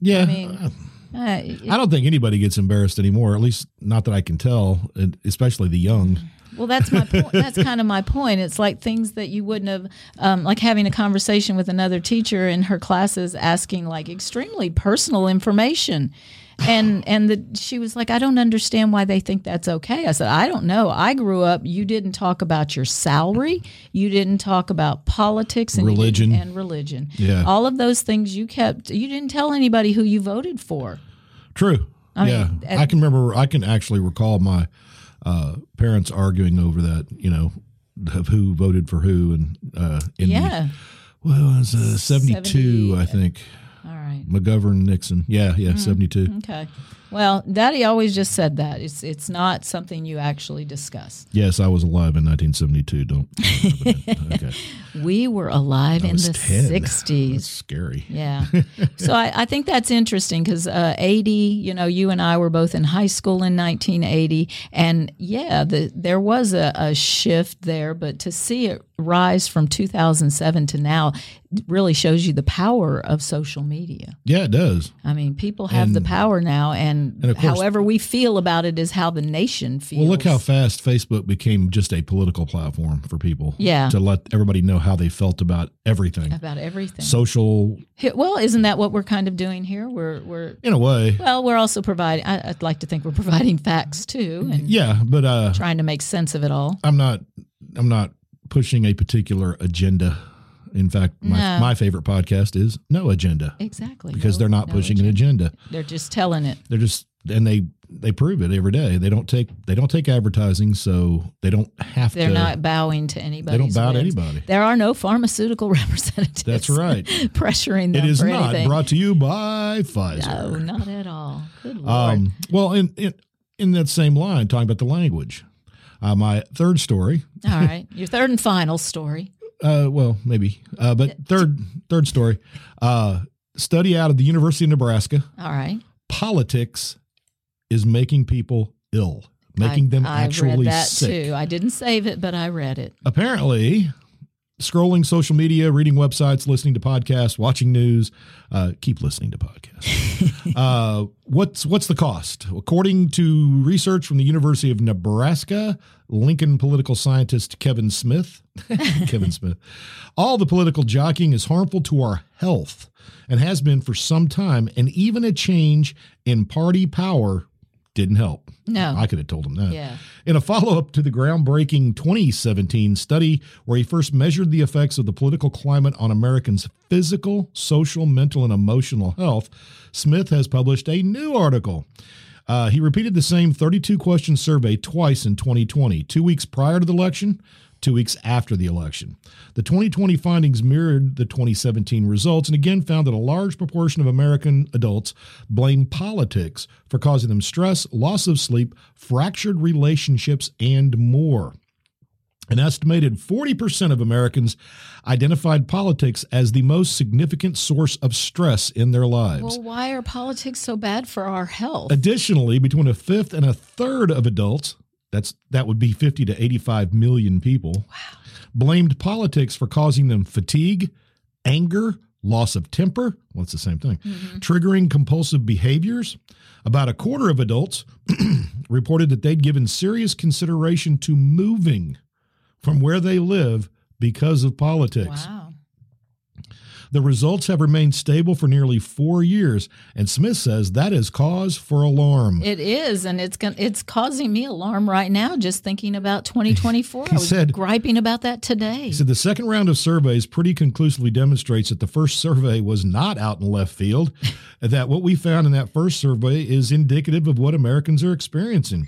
A: Yeah. I,
B: mean- Uh,
A: don't think anybody gets embarrassed anymore, at least not that I can tell, and especially the young.
B: well, that's my
A: [LAUGHS]
B: point. That's kind of my point. It's like things that you wouldn't have, um, like having a conversation with another teacher in her classes, asking like extremely personal information,
A: [SIGHS]
B: and and the, she was like, I don't understand why they think that's okay. I said, I don't know. I grew up. You didn't talk about your salary. You didn't talk about politics and you didn't-
A: Religion.
B: and religion.
A: Yeah.
B: All of those things you kept, you didn't tell anybody who you voted for.
A: True.
B: mean, uh,
A: yeah.
B: at-
A: I can remember, I can actually recall my uh, parents arguing over that, you know, of who voted for who. And uh, in the,
B: Yeah.
A: well, it was uh, 72,
B: 70.
A: I think.
B: All right.
A: McGovern Nixon. Yeah. Yeah.
B: Mm-hmm.
A: 72.
B: Okay. Well, Daddy always just said that. It's it's not something you actually discuss.
A: Yes, I was alive in 1972.
B: [LAUGHS]
A: Don't. okay.
B: We were alive
A: I
B: in
A: was
B: the
A: 10. That's [LAUGHS]
B: 60s.
A: scary.
B: Yeah. so I, I think that's interesting because uh, 80, you know, you and I were both in high school in 1980. And yeah, the, there was a, a shift there, but to see it rise from 2007 to now really shows you the power of social media.
A: Yeah, it does.
B: I mean, people have the power now, and,
A: of course-
B: however we feel about it is how the nation feels.
A: Well, look how fast Facebook became just a political platform for people.
B: Yeah.
A: To let everybody know how they felt about everything.
B: about everything.
A: Social,
B: He- well, isn't that what we're kind of doing here? We're we're
A: in a way.
B: well, we're also providing. I, I'd like to think we're [LAUGHS] providing facts too, and
A: Yeah, Uh, but uh,
B: trying to make sense of it all.
A: I'm not. I'm not pushing a particular agenda. In fact, my,
B: No.
A: my favorite podcast is No Agenda
B: Exactly,
A: because
B: No-
A: they're not
B: no
A: pushing
B: agenda.
A: an agenda.
B: They're just telling it.
A: They're just and they they prove it every day. They don't take they don't take advertising, so they don't have
B: They're
A: to.
B: not bowing to anybody.
A: bow to anybody.
B: There are no pharmaceutical [LAUGHS] representatives.
A: That's right.
B: [LAUGHS] pressuring them
A: it is
B: for
A: not
B: anything.
A: brought to you by Pfizer.
B: no, not at all. Good
A: [LAUGHS]
B: lord.
A: Um, well, in, in in that same line, talking about the language, uh, my third story.
B: all right, your third and final story.
A: Uh, well, maybe, uh, but third third story. Uh, study out of the University of Nebraska
B: All right.
A: politics is making people ill, making
B: I-
A: them
B: I
A: actually
B: read that
A: sick.
B: too. I didn't save it, but I read it.
A: Apparently, scrolling social media, reading websites, listening to podcasts, watching news, uh, keep listening to podcasts. uh, what's what's the cost? According to research from the University of Nebraska, Lincoln political scientist Kevin Smith, [LAUGHS] Kevin Smith, all the political jockeying is harmful to our health and has been for some time, and even a change in party power didn't help.
B: No.
A: I could have told him that.
B: Yeah.
A: In a follow up to the groundbreaking 2017 study, where he first measured the effects of the political climate on Americans' physical, social, mental, and emotional health, Smith has published a new article. Uh, he repeated the same 32 question survey twice in 2020, two weeks prior to the election, two weeks after the election. The 2020 findings mirrored the 2017 results and again found that a large proportion of American adults blame politics for causing them stress, loss of sleep, fractured relationships, and more. An estimated 40% of Americans identified politics as the most significant source of stress in their lives.
B: Well, why are politics so bad for our health?
A: Additionally, between a fifth and a third of adults, that's that would be 50 to 85 million people, blamed politics for causing them fatigue, anger, loss of temper, well, it's the same thing, triggering compulsive behaviors. About a quarter of adults [CLEARS THROAT] reported that they'd given serious consideration to moving from where they live because of politics.
B: Wow.
A: The results have remained stable for nearly four years, and Smith says that is cause for alarm.
B: It is, and it's going it's causing me alarm right now just thinking
A: [LAUGHS]
B: about 2024. I was
A: said-
B: griping about that today.
A: He said the second round of surveys pretty conclusively demonstrates that the first survey was not out in left field, [LAUGHS] and that what we found in that first survey is indicative of what Americans are experiencing.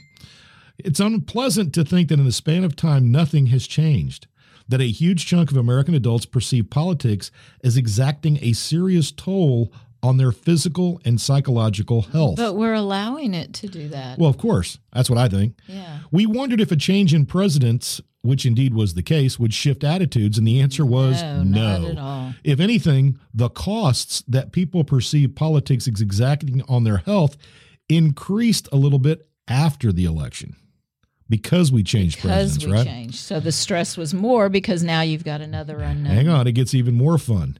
A: It's unpleasant to think that in the span of time, nothing has changed. That a huge chunk of American adults perceive politics as exacting a serious toll on their physical and psychological health.
B: but we're allowing it to do that.
A: well, of course, that's what I think.
B: yeah.
A: We wondered if a change in presidents, which indeed was the case, would shift attitudes, and the answer was
B: No,
A: no.
B: not at all.
A: If anything, the costs that people perceive politics as exacting on their health increased a little bit after the election because we changed
B: Because
A: presidents,
B: we
A: right?
B: changed. So the stress was more because now you've got another unknown.
A: Hang on, it gets even more fun.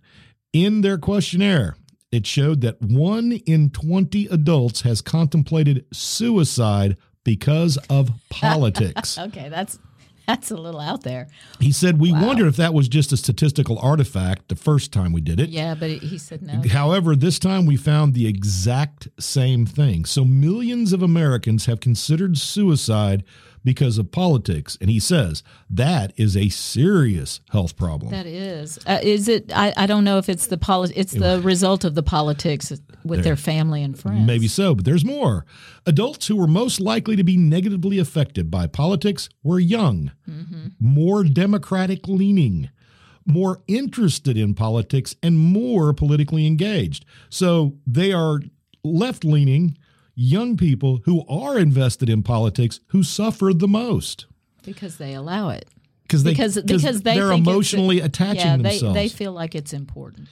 A: In their questionnaire, it showed that one in 20 adults has contemplated suicide because
B: [LAUGHS]
A: of politics.
B: Okay, that's that's a little out there.
A: He said, We wondered if that was just a statistical artifact the first time we did it.
B: Yeah, but he said
A: [LAUGHS]
B: no.
A: However, this time we found the exact same thing. So millions of Americans have considered suicide because of politics. And he says that is a serious health problem.
B: That is. Uh, is it? I, I don't know if it's the poli- It's the result of the politics with their family and friends.
A: Maybe so, but there's more. Adults who were most likely to be negatively affected by politics were young,
B: Mm-hmm.
A: more democratic leaning, more interested in politics, and more politically engaged. So they are left leaning young people who are invested in politics who suffer the most.
B: because they allow it.
A: Because they,
B: Because- because they
A: are
B: think it's-
A: emotionally attaching
B: Yeah, they,
A: themselves.
B: they feel like it's important.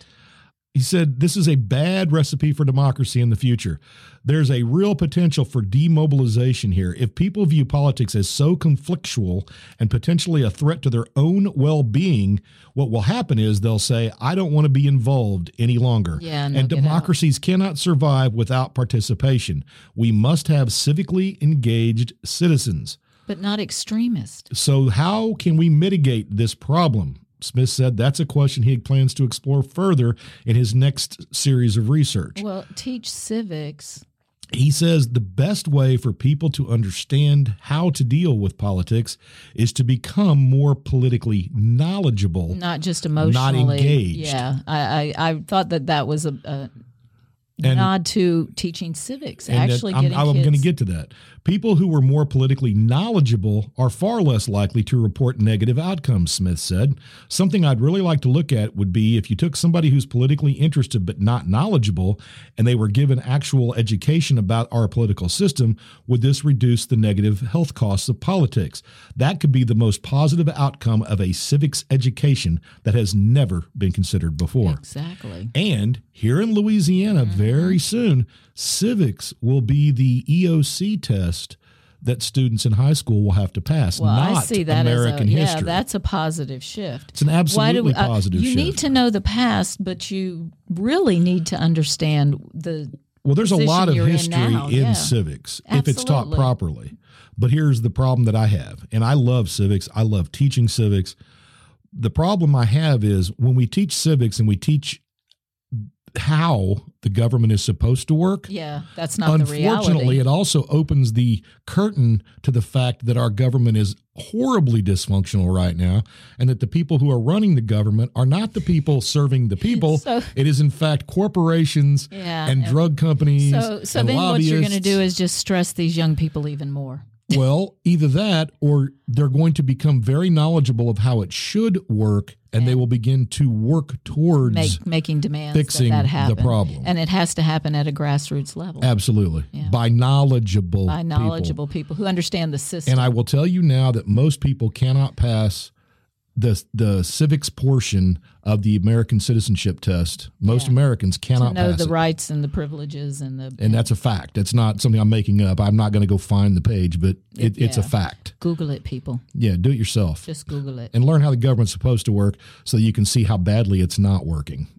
A: He said, This is a bad recipe for democracy in the future. There's a real potential for demobilization here. If people view politics as so conflictual and potentially a threat to their own well being, what will happen is they'll say, I don't want to be involved any longer.
B: Yeah, and
A: and
B: they'll get out.
A: democracies cannot survive without participation. We must have civically engaged citizens.
B: but not extremist.
A: So, how can we mitigate this problem? Smith said that's a question he plans to explore further in his next series of research.
B: Well, teach civics.
A: He says the best way for people to understand how to deal with politics is to become more politically knowledgeable.
B: not just emotionally
A: engaged.
B: Yeah, I, I, I thought that that was a, a
A: And-
B: nod to teaching civics.
A: And that-
B: Actually,
A: I'm,
B: getting
A: I'm
B: kids.
A: going to get to that. People who were more politically knowledgeable are far less likely to report negative outcomes, Smith said. Something I'd really like to look at would be if you took somebody who's politically interested but not knowledgeable and they were given actual education about our political system, would this reduce the negative health costs of politics? That could be the most positive outcome of a civics education that has never been considered before.
B: exactly. Mm-hmm.
A: And here in Louisiana, very soon, civics will be the EOC test that students in high school will have to pass,
B: Well,
A: not
B: I see that
A: American
B: as a,
A: history.
B: yeah, that's a positive shift.
A: It's an absolutely
B: uh,
A: positive
B: You need
A: shift.
B: to know the past, but you really need to understand the
A: Well, there's a
B: position
A: lot of
B: you're in
A: history in,
B: now, yeah.
A: civics if it's taught
B: Absolutely.
A: properly. But here's the problem that I have, and I love civics. I love teaching civics. The problem I have is when we teach civics and we teach how the government is supposed to work.
B: yeah. That's not the
A: Unfortunately,
B: reality.
A: it also opens the curtain to the fact that our government is horribly dysfunctional right now, and that the people who are running the government are not the people serving the people.
B: [LAUGHS] So-
A: it is, in fact, corporations
B: Yeah,
A: and
B: and-
A: drug companies.
B: So, so
A: and
B: then what you're going to do
A: lobbyists.
B: is just stress these young people even more.
A: well, either that or they're going to become very knowledgeable of how it should work, and they will begin to work towards
B: make making demands
A: fixing
B: that, that
A: the
B: happen.
A: problem.
B: and it has to happen at a grassroots level
A: absolutely by knowledgeable
B: by
A: people.
B: knowledgeable people. who understand the system.
A: And I will tell you now that most people cannot pass the the civics portion of the American citizenship test. Most Americans
B: to
A: cannot
B: know
A: pass
B: the
A: it.
B: rights and the privileges and the
A: and that's a fact. It's not something I'm making up. I'm not going to go find the page, but it, it's a
B: Yeah.
A: fact.
B: Google it, people.
A: Yeah, do it yourself
B: Just Google it.
A: and learn how the government's supposed to work, so that you can see how badly it's not working. [LAUGHS]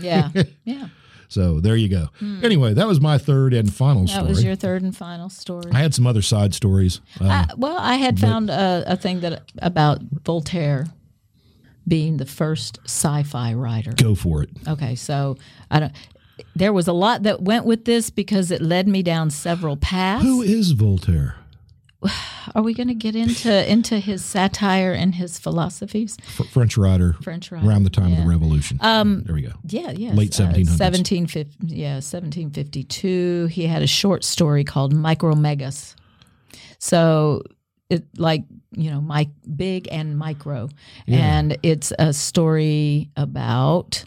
B: Yeah, yeah.
A: So there you go. Anyway, that was my third and final
B: Hmm. That
A: story.
B: was your Ah. third and final story.
A: I had some other side stories. Uh,
B: I, well, I had found a, a thing that about Voltaire being the first sci-fi writer.
A: go for it.
B: Okay, so I don't. There was a lot that went with this because it led me down several paths.
A: Who is Voltaire?
B: Are we going to get into into his satire and his philosophies?
A: Fr- French writer.
B: French writer,
A: Around the time of the Revolution. Um, there we go.
B: Yeah, yeah.
A: Late 1700s.
B: 1750, yeah, 1752. He had a short story called Micromegas. So it like, you know, my, big and micro. And it's a story about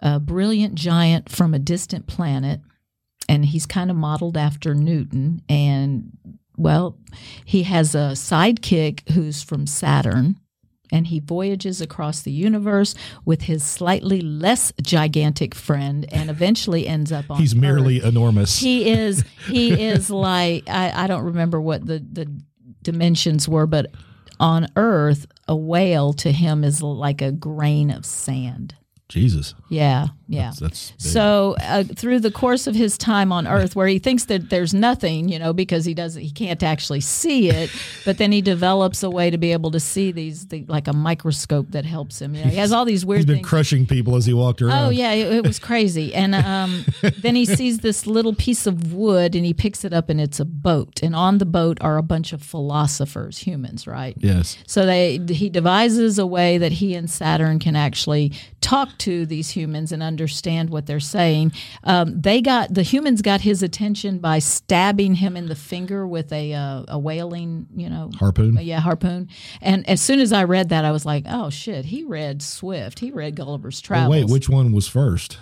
B: a brilliant giant from a distant planet and he's kind of modeled after Newton and well, he has a sidekick who's from Saturn and he voyages across the universe with his slightly less gigantic friend and eventually ends up on
A: He's merely
B: Earth.
A: enormous.
B: he is
A: [LAUGHS]
B: he is like I, I don't remember what the the dimensions were but on earth a whale to him is like a grain of sand
A: Jesus.
B: yeah yeah
A: That's big.
B: so uh, through the course of his time on Earth, where he thinks that there's nothing, you know, because he doesn't, he can't actually see it. But then he develops a way to be able to see these, the, like a microscope that helps him. You know, he has all these weird
A: he's been
B: things.
A: crushing people as he walked around.
B: Oh yeah, it, it was crazy.
A: [LAUGHS]
B: And um, then he sees this little piece of wood, and he picks it up, and it's a boat. And on the boat are a bunch of philosophers, humans, right?
A: Yes.
B: So they he devises a way that he and Saturn can actually talk to these humans and understand what they're saying. Um, they got the humans got his attention by stabbing him in the finger with a uh, a whaling, you know,
A: Harpoon.
B: Oh, yeah, harpoon. And as soon as I read that, I was like, oh shit, he read Swift, he read Gulliver's
A: Oh,
B: Travels.
A: wait, which one was first?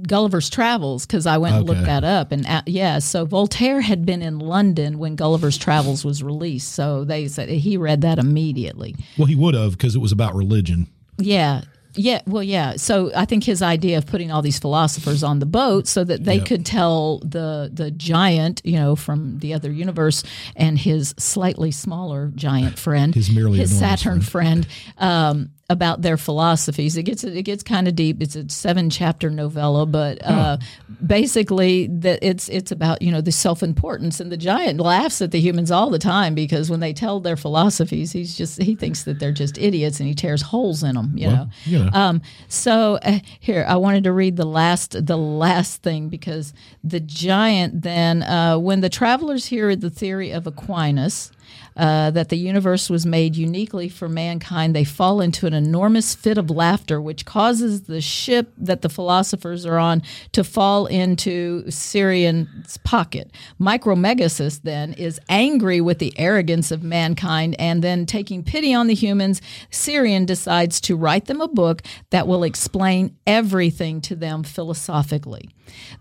B: Gulliver's Travels because I went and
A: Okay.
B: looked that up and uh, yeah, so Voltaire had been in London when Gulliver's Travels was released, so they said he read that immediately.
A: Well, he would have because it was about religion.
B: Yeah. Yeah, well, yeah. So I think his idea of putting all these philosophers on the boat so that they
A: Yep.
B: could tell the the giant, you know, from the other universe, and his slightly smaller giant friend,
A: His merely enormous
B: Saturn friend, um, about their philosophies. It gets it gets kind of deep. It's a seven chapter novella, but uh, basically that it's it's about you know the self importance, and the giant laughs at the humans all the time because when they tell their philosophies, he's just he thinks that they're just idiots, and he tears holes in them. You know.
A: You know,
B: Um, so uh, here, I wanted to read the last the last thing because the giant then, uh, when the travelers hear the theory of Aquinas. Uh, that the universe was made uniquely for mankind, they fall into an enormous fit of laughter, which causes the ship that the philosophers are on to fall into Syrian's pocket. Micromegasus then is angry with the arrogance of mankind and then taking pity on the humans, Syrian decides to write them a book that will explain everything to them philosophically.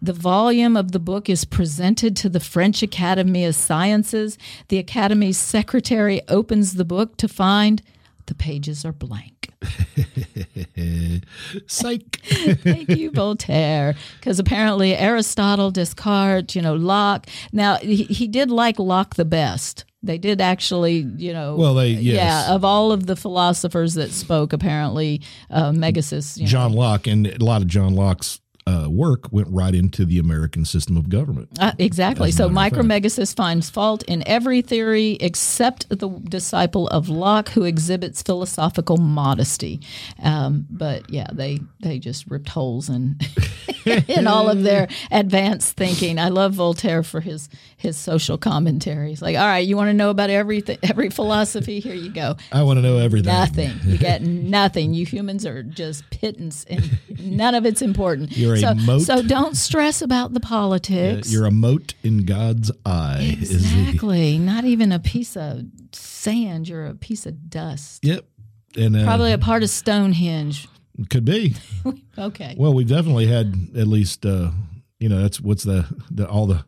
B: The volume of the book is presented to the French Academy of Sciences. The Academy's secretary opens the book to find the pages are blank.
A: Psych.
B: Thank you, Voltaire. Because apparently Aristotle, Descartes, you know, Locke. Now, he, he did like Locke the best. They did actually, you know.
A: Well, they- yes.
B: Yeah, of all of the philosophers that spoke, apparently, uh, Megasis. You
A: [LAUGHS]
B: know,
A: John Locke and a lot of John Locke's uh, work went right into the American system of government.
B: Uh, exactly.
A: As a
B: So
A: matter of
B: Micromegasis finds fault in every theory except the disciple of Locke, who exhibits philosophical modesty. Um, but yeah, they they just ripped holes in [LAUGHS] in all of their advanced thinking. I love Voltaire for his his social commentary. He's like, all right, you want to know about every every philosophy? Here you go.
A: I want to know everything.
B: Nothing. You get nothing. You humans are just pittance, and none of it's important.
A: You're a
B: so,
A: mote.
B: so don't stress about the
A: Uh,
B: politics.
A: You're a mote in God's eye. Is the,
B: Exactly. Not even a piece of sand. You're a piece of dust.
A: yep. And uh,
B: Probably a part of Stonehenge.
A: could be.
B: Okay.
A: Well, [LAUGHS] we definitely had at least uh, you know that's what's the, the all the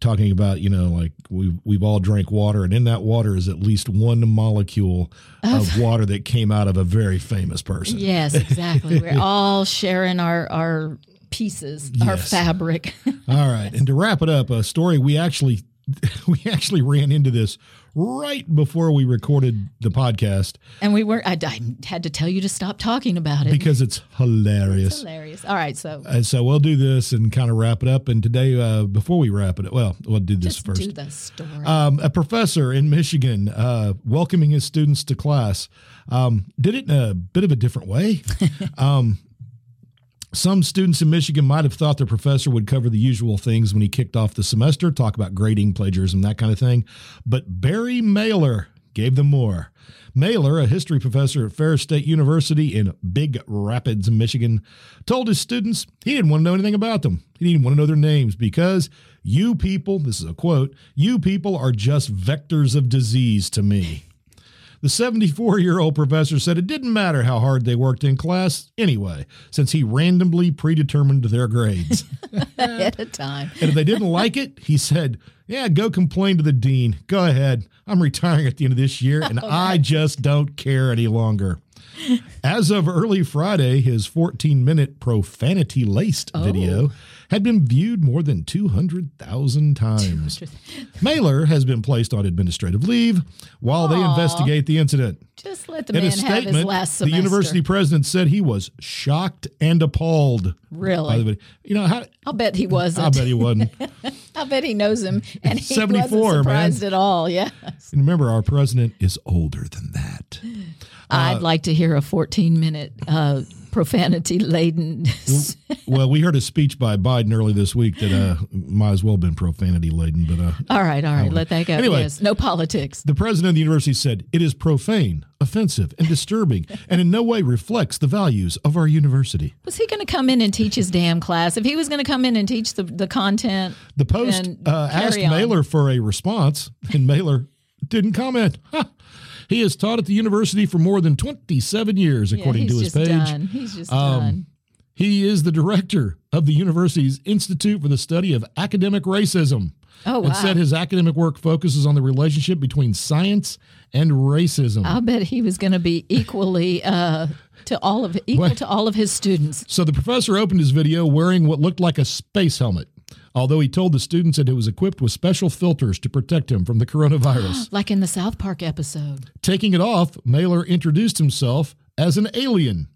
A: talking about you know like we we've all drank water and in that water is at least one molecule of water that came out of a very famous person.
B: yes, exactly. We're all sharing our our pieces, our
A: Yes.
B: fabric. [LAUGHS]
A: All right, and to wrap it up, a story we actually [LAUGHS] we actually ran into this right before we recorded the podcast
B: and we were I, I had to tell you to stop talking about it.
A: because uh, it's hilarious.
B: Hilarious. All right, so
A: And so we'll do this and kind of wrap it up. And today, uh, before we wrap it up, well, we'll do this
B: just
A: first.
B: do the story.
A: um, a professor in Michigan uh, welcoming his students to class um, did it in a bit of a different way. um, some students in Michigan might have thought their professor would cover the usual things when he kicked off the semester, talk about grading, plagiarism, that kind of thing. But Barry Mailer gave them more. Mailer, a history professor at Ferris State University in Big Rapids, Michigan, told his students he didn't want to know anything about them. He didn't want to know their names because you people, this is a quote, you people are just vectors of disease to me. The 74 year old professor said it didn't matter how hard they worked in class anyway, since he randomly predetermined their grades.
B: [LAUGHS] at a time.
A: and if they didn't like it, he said, Yeah, go complain to the dean. Go ahead. I'm retiring at the end of this year, and I just don't care any longer. As of early Friday, his 14 minute profanity laced video had been viewed more than 200,000 times. Mailer has been placed on administrative leave while they investigate the incident.
B: Just let the
A: In
B: man
A: a
B: have his
A: statement,
B: last
A: the
B: semester.
A: university president said he was shocked and appalled. By the
B: Really?
A: video. You know, how,
B: I'll bet he
A: [LAUGHS]
B: wasn't.
A: I bet he
B: [LAUGHS]
A: wasn't.
B: I bet he knows him, and he
A: 74, man.
B: wasn't surprised at all. Yeah,
A: And remember, our president is older than that. Uh,
B: I'd like to hear a 14 minute uh, profanity laden. [LAUGHS]
A: Well, we heard a speech by Biden early this week that uh, might as well have been profanity laden, but uh,
B: all right, all right, let that go.
A: Anyway.
B: Yes, no politics.
A: The president of the university said, It is profane, offensive, and disturbing, and in no way reflects the values of our university.
B: Was he going to come in and teach his damn class? If he was going to come in and teach the, the content,
A: The Post
B: Then
A: uh,
B: carry
A: asked
B: on.
A: Mailer for a response, and Mailer didn't comment. [LAUGHS] Ha! He has taught at the university for more than 27 years,
B: yeah,
A: according
B: he's
A: to his
B: just
A: page. Um,
B: done. He's just done.
A: He is the director of the university's Institute for the Study of Academic Racism.
B: Oh,
A: And
B: wow.
A: said his academic work focuses on the relationship between science and racism.
B: I bet he was going to be equally uh, to all of equal
A: What?
B: to all of his students.
A: So the professor opened his video wearing what looked like a space helmet, although he told the students that it was equipped with special filters to protect him from the coronavirus.
B: Like in the South Park episode.
A: Taking it off, Mailer introduced himself as an alien,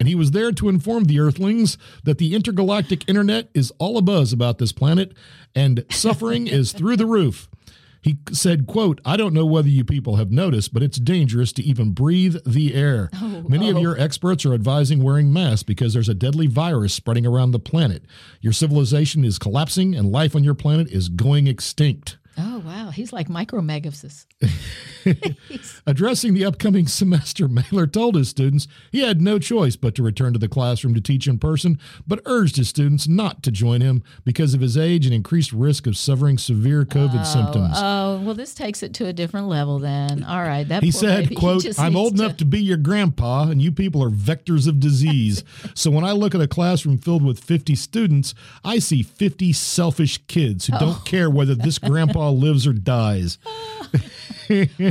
A: and he was there to inform the Earthlings that the intergalactic internet is all abuzz about this planet, and suffering is through the roof. He said, quote, I don't know whether you people have noticed, but it's dangerous to even breathe the air. Many of your experts are advising wearing masks because there's a deadly virus spreading around the planet. Your civilization is collapsing and life on your planet is going extinct.
B: Oh wow, he's like micromegasis.
A: Addressing the upcoming [LAUGHS] semester, Mailer told his students he had no choice but to return to the classroom to teach in person, but urged his students not to join him because of his age and increased risk of suffering severe COVID symptoms.
B: Oh well, this takes it to a different level. Then all right, that
A: he
B: poor
A: said,
B: baby, he
A: quote,
B: just
A: I'm
B: needs
A: old enough to be your grandpa, and you people are vectors of
B: [LAUGHS]
A: disease. so when I look at a classroom filled with 50 students, I see
B: Oh. [LAUGHS]
A: 50 selfish kids who don't care whether this grandpa lives or dies.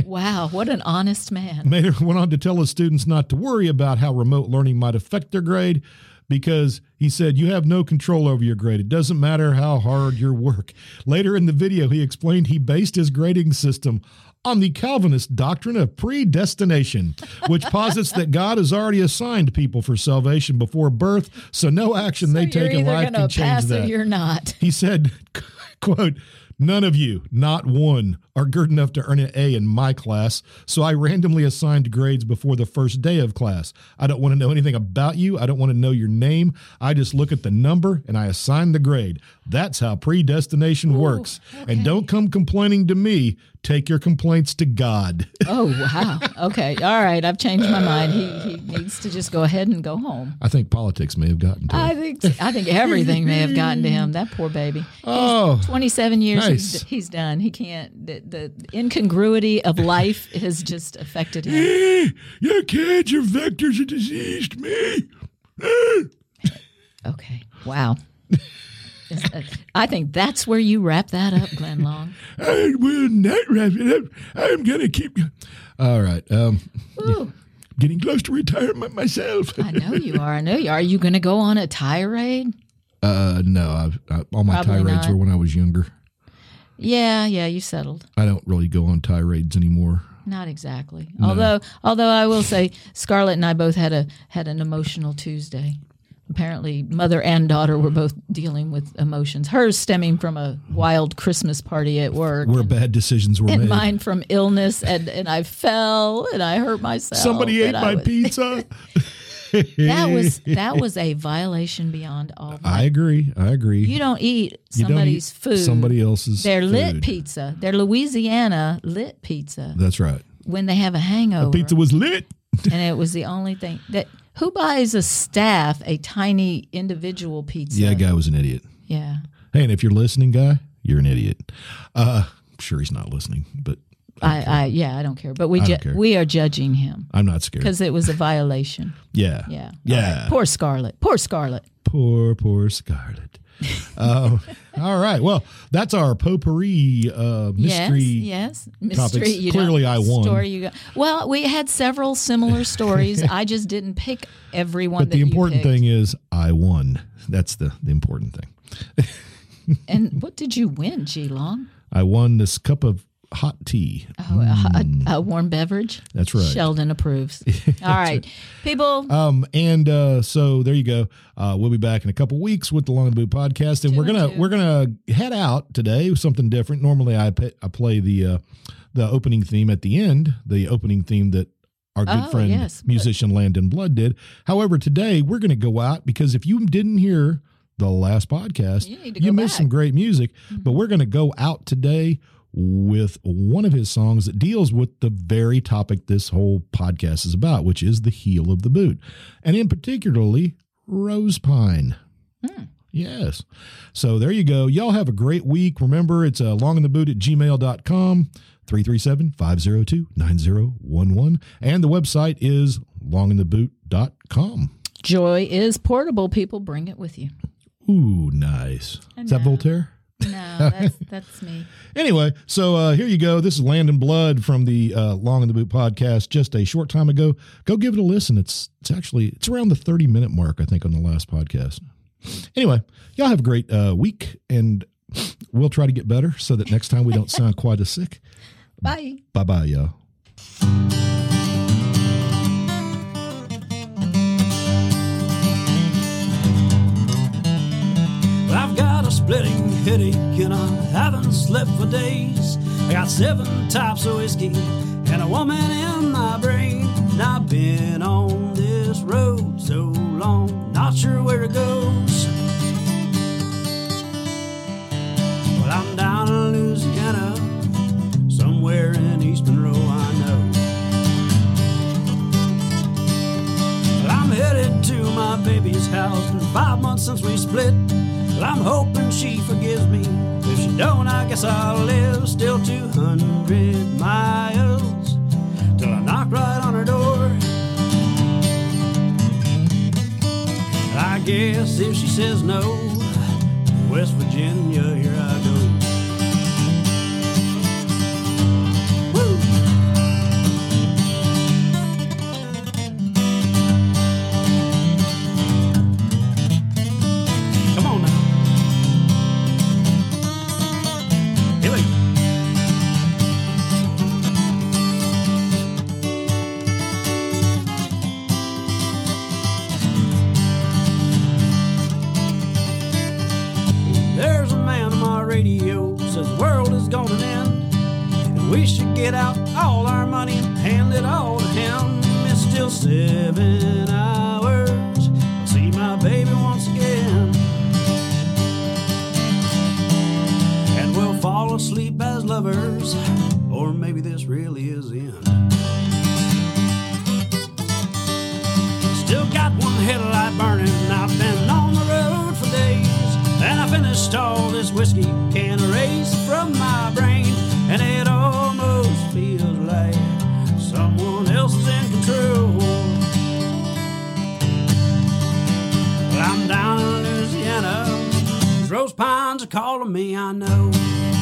B: Wow, what an honest man.
A: Mater went on to tell his students not to worry about how remote learning might affect their grade because he said, You have no control over your grade. It doesn't matter how hard your work. Later in the video, he explained he based his grading system on the Calvinist doctrine of predestination,
B: [LAUGHS]
A: which posits that God has already assigned people for salvation before birth, so no action they
B: So
A: take in
B: you're
A: life
B: either
A: can
B: going to
A: change
B: pass
A: that.
B: or you're not.
A: He said, quote, None of you, not one, are good enough to earn an A in my class, so I randomly assigned grades before the first day of class. I don't want to know anything about you. I don't want to know your name. I just look at the number and I assign the grade. That's how predestination works. And don't come complaining to me. Take your complaints to God.
B: [LAUGHS]
A: [LAUGHS]
B: Oh wow. Okay. All right. I've changed my mind. He, he needs to just go ahead and go home.
A: I think politics may have gotten to
B: I
A: it.
B: think [LAUGHS] I think everything may have gotten to him. That poor baby.
A: Oh,
B: 27 years
A: Nice.
B: he's, he's done. He can't the, the incongruity of life has just affected him.
A: your kids, your vectors are diseased me.
B: Okay. Wow. Is- uh, I think that's where you wrap that up,
A: [LAUGHS]
B: Glenn Long.
A: I will not wrap it up. I'm gonna keep. All right. Um,
B: Ooh,
A: getting close to retirement myself.
B: I know you are. I know you are. Are you going to go on a tirade?
A: Uh, no, I've, I, all my
B: Probably
A: tirades
B: not.
A: were when I was younger.
B: Yeah, yeah, you settled.
A: I don't really go on tirades anymore.
B: Not exactly. Although, although I will say, Scarlett and I both had a had an emotional Tuesday. Apparently, mother and daughter were both dealing with emotions. Hers stemming from a wild Christmas party at work,
A: Where bad decisions were
B: and
A: made.
B: mine from illness, and and I fell and I hurt myself.
A: Somebody ate
B: and I
A: my
B: was- [LAUGHS]
A: pizza.
B: That was that
A: [LAUGHS]
B: was a violation beyond all.
A: I agree. I agree.
B: You don't eat
A: You don't eat
B: somebody's food.
A: Somebody else's.
B: Their lit
A: food.
B: pizza. Their Louisiana lit pizza.
A: That's right.
B: When they have a hangover.
A: Pizza was lit.
B: and it was the only thing that who buys a staff a tiny individual pizza?
A: Yeah, guy was an idiot.
B: yeah.
A: Hey, and if you're listening, guy, you're an idiot. Uh, I'm sure he's not listening, but
B: I, I yeah, I don't care, but we
A: don't
B: ju-
A: care.
B: we are judging him
A: I'm not scared.
B: because it was a violation.
A: Yeah.
B: Yeah,
A: Yeah.
B: Poor Scarlet. Poor Scarlet.
A: poor, poor
B: [LAUGHS]
A: Scarlet. um, all right. Well, that's our potpourri uh, mystery.
B: yes, yes.
A: topics.
B: Mystery. You don't-
A: Clearly I won.
B: Story you got. Well, we had
A: [LAUGHS]
B: several similar stories. I just didn't pick everyone.
A: But
B: that
A: the
B: you
A: important
B: picked.
A: thing is, I won. That's the, the important thing.
B: And what did you win, G Long?
A: I won this cup of hot tea.
B: Oh, a, a, a warm beverage.
A: Hmm. That's right. [LAUGHS]
B: Sheldon approves. All right, people.
A: Um, and uh, so there you go. Uh, we'll be back in a couple weeks with the Long and Boot podcast, and we we're gonna we we're gonna head out today with something different. Normally, I pe- I play the uh, the opening theme at the end, the opening theme that our good
B: Oh,
A: friend
B: yes.
A: musician Landon Blood did. However, today we're gonna go out because if you didn't hear the last podcast,
B: You need to
A: you
B: go
A: missed some
B: back. Mm-hmm.
A: great music. But we're gonna go out today. With one of his songs that deals with the very topic this whole podcast is about, which is the heel of the boot and in particularly rose pine. Yes. So there you go. Y'all have a great week. Remember, it's uh, longintheboot at gmail.com, 337-502-9011. And the website is longintheboot.com.
B: Joy is portable. People bring it with you.
A: Ooh, nice. Is that Voltaire?
B: No, that's that's me.
A: Anyway, so uh, here you go. This is Landon Blood from the uh, Long in the Boot podcast. Just a short time ago, go give it a listen. It's it's actually it's around the thirty minute mark, I think, on the last podcast. Anyway, y'all have a great uh, week, and we'll try to get better so that next time we don't sound quite as sick.
B: [LAUGHS] Bye.
A: Bye bye, y'all.
G: I've got a splitting headache and I haven't slept for days. I got seven types of whiskey and a woman in my brain. And I've been on this road so long, not sure where it goes. Well, I'm down in Louisiana, somewhere in East Monroe, I know. Well, I'm headed to my baby's house. Been five months since we split. Well, I'm hoping she forgives me. If she don't, I guess I'll live still 200 miles till I knock right on her door. I guess if she says no, West Virginia, here I go. Woo! get out all our money and hand it all to him. It's still seven hours. I'll see my baby once again. And we'll fall asleep as lovers. Or maybe this really is the end. Still got one headlight burning. I've been on the road for days. And I finished all this whiskey can erase from my brain. And it almost feels like someone else is in control. Well, I'm down in Louisiana. These rose pines are calling me, I know.